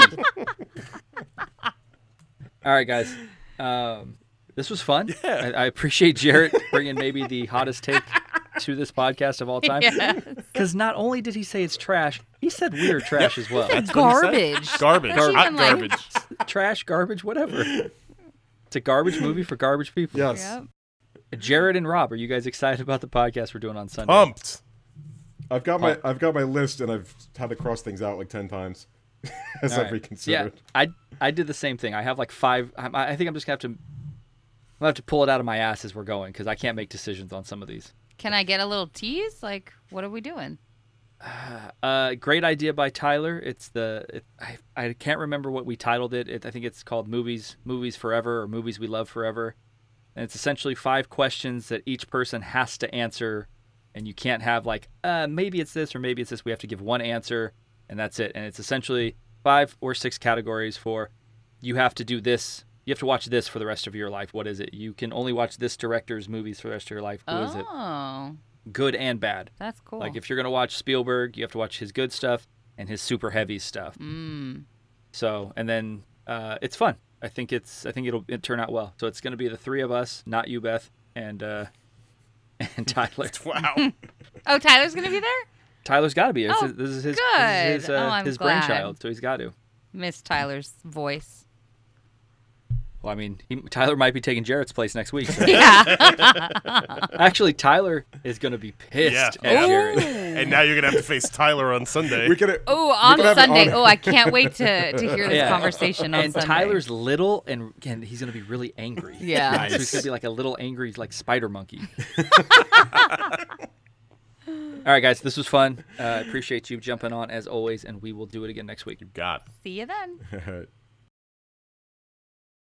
[SPEAKER 1] All right, guys. Um, this was fun. I, I appreciate Jarrett bringing maybe the hottest take to this podcast of all time. Because not only did he say it's trash, he said weird trash as well.
[SPEAKER 4] what he
[SPEAKER 3] Garbage.
[SPEAKER 4] said. Garbage.
[SPEAKER 3] That's
[SPEAKER 4] Hot
[SPEAKER 3] even, like-
[SPEAKER 4] garbage.
[SPEAKER 1] trash, garbage, whatever. It's a garbage movie for garbage people.
[SPEAKER 2] Yes.
[SPEAKER 3] Yep.
[SPEAKER 1] Jared and Rob, are you guys excited about the podcast we're doing on Sunday?
[SPEAKER 4] Pumped.
[SPEAKER 2] I've got my. I've got my list, and I've had to cross things out like ten times [laughs] as
[SPEAKER 1] All
[SPEAKER 2] I've
[SPEAKER 1] right.
[SPEAKER 2] reconsidered.
[SPEAKER 1] Yeah, I I did the same thing. I have like five. I, I think I'm just gonna have to. I'm gonna have to pull it out of my ass as we're going because I can't make decisions on some of these.
[SPEAKER 3] Can I get a little tease? Like, what are we doing?
[SPEAKER 1] Uh, great idea by Tyler. It's the it, I I can't remember what we titled it. it. I think it's called movies movies forever or movies we love forever, and it's essentially five questions that each person has to answer, and you can't have like uh maybe it's this or maybe it's this. We have to give one answer, and that's it. And it's essentially five or six categories for you have to do this. You have to watch this for the rest of your life. What is it? You can only watch this director's movies for the rest of your life. Who is it?
[SPEAKER 3] Oh,
[SPEAKER 1] Good and bad.
[SPEAKER 3] that's cool.
[SPEAKER 1] Like if you're gonna watch Spielberg, you have to watch his good stuff and his super heavy stuff. Mm. So and then uh, it's fun. I think it's I think it'll it turn out well. So it's gonna be the three of us, not you, Beth, and uh, [laughs] and Tyler.
[SPEAKER 4] Wow. [laughs]
[SPEAKER 3] oh, Tyler's gonna be there.
[SPEAKER 1] Tyler's got to be. This,
[SPEAKER 3] Oh,
[SPEAKER 1] is, this is his
[SPEAKER 3] good.
[SPEAKER 1] this is his,
[SPEAKER 3] Oh,
[SPEAKER 1] uh,
[SPEAKER 3] I'm
[SPEAKER 1] his
[SPEAKER 3] glad.
[SPEAKER 1] brainchild, so he's got to.
[SPEAKER 3] Miss Tyler's
[SPEAKER 2] [laughs]
[SPEAKER 3] voice.
[SPEAKER 1] Well, I mean, he, Tyler might be taking Jarrett's place next week.
[SPEAKER 3] [laughs]
[SPEAKER 1] so-
[SPEAKER 3] Yeah.
[SPEAKER 1] Actually, Tyler is gonna be pissed
[SPEAKER 4] Yeah.
[SPEAKER 1] at
[SPEAKER 4] Oh.
[SPEAKER 1] Jarrett.
[SPEAKER 4] and now you're gonna have to face Tyler on Sunday.
[SPEAKER 2] We could.
[SPEAKER 3] oh,
[SPEAKER 2] we
[SPEAKER 3] on
[SPEAKER 2] could have it
[SPEAKER 3] Sunday.
[SPEAKER 2] on-
[SPEAKER 3] Oh, I can't wait to to hear this
[SPEAKER 1] [laughs] Yeah.
[SPEAKER 3] conversation on
[SPEAKER 1] And
[SPEAKER 3] Sunday.
[SPEAKER 1] Tyler's little, and, and he's gonna be really angry.
[SPEAKER 3] [laughs] Yeah.
[SPEAKER 1] so he's gonna be like a little angry, like spider monkey. [laughs] All right, guys, this was fun. Uh, I appreciate you jumping on as always, and we will do it again next week.
[SPEAKER 4] God.
[SPEAKER 3] See you then.
[SPEAKER 2] [laughs]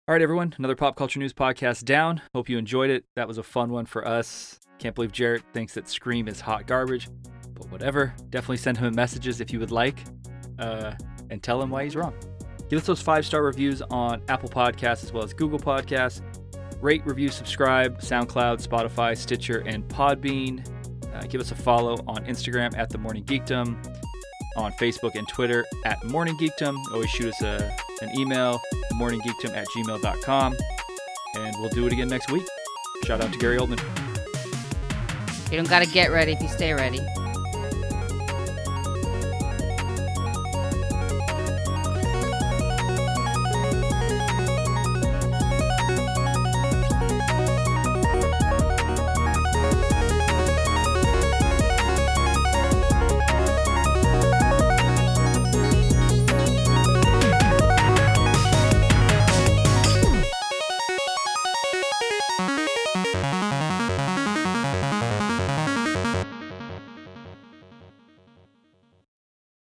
[SPEAKER 1] All right, everyone, another pop culture news podcast down. Hope you enjoyed it. That was a fun one for us. Can't believe Jarrett thinks that Scream is hot garbage, but whatever. Definitely send him messages if you would like, uh, and tell him why he's wrong. Give us those five star reviews on Apple Podcasts as well as Google Podcasts. Rate, review, subscribe, SoundCloud, Spotify, Stitcher, and Podbean. Uh, give us a follow on Instagram at The Morning Geekdom, on Facebook and Twitter at Morning Geekdom. Always shoot us a, an email, morninggeekdom at gmail.com. And we'll do it again next week. Shout out to Gary Oldman.
[SPEAKER 3] You don't gotta get ready if you stay ready.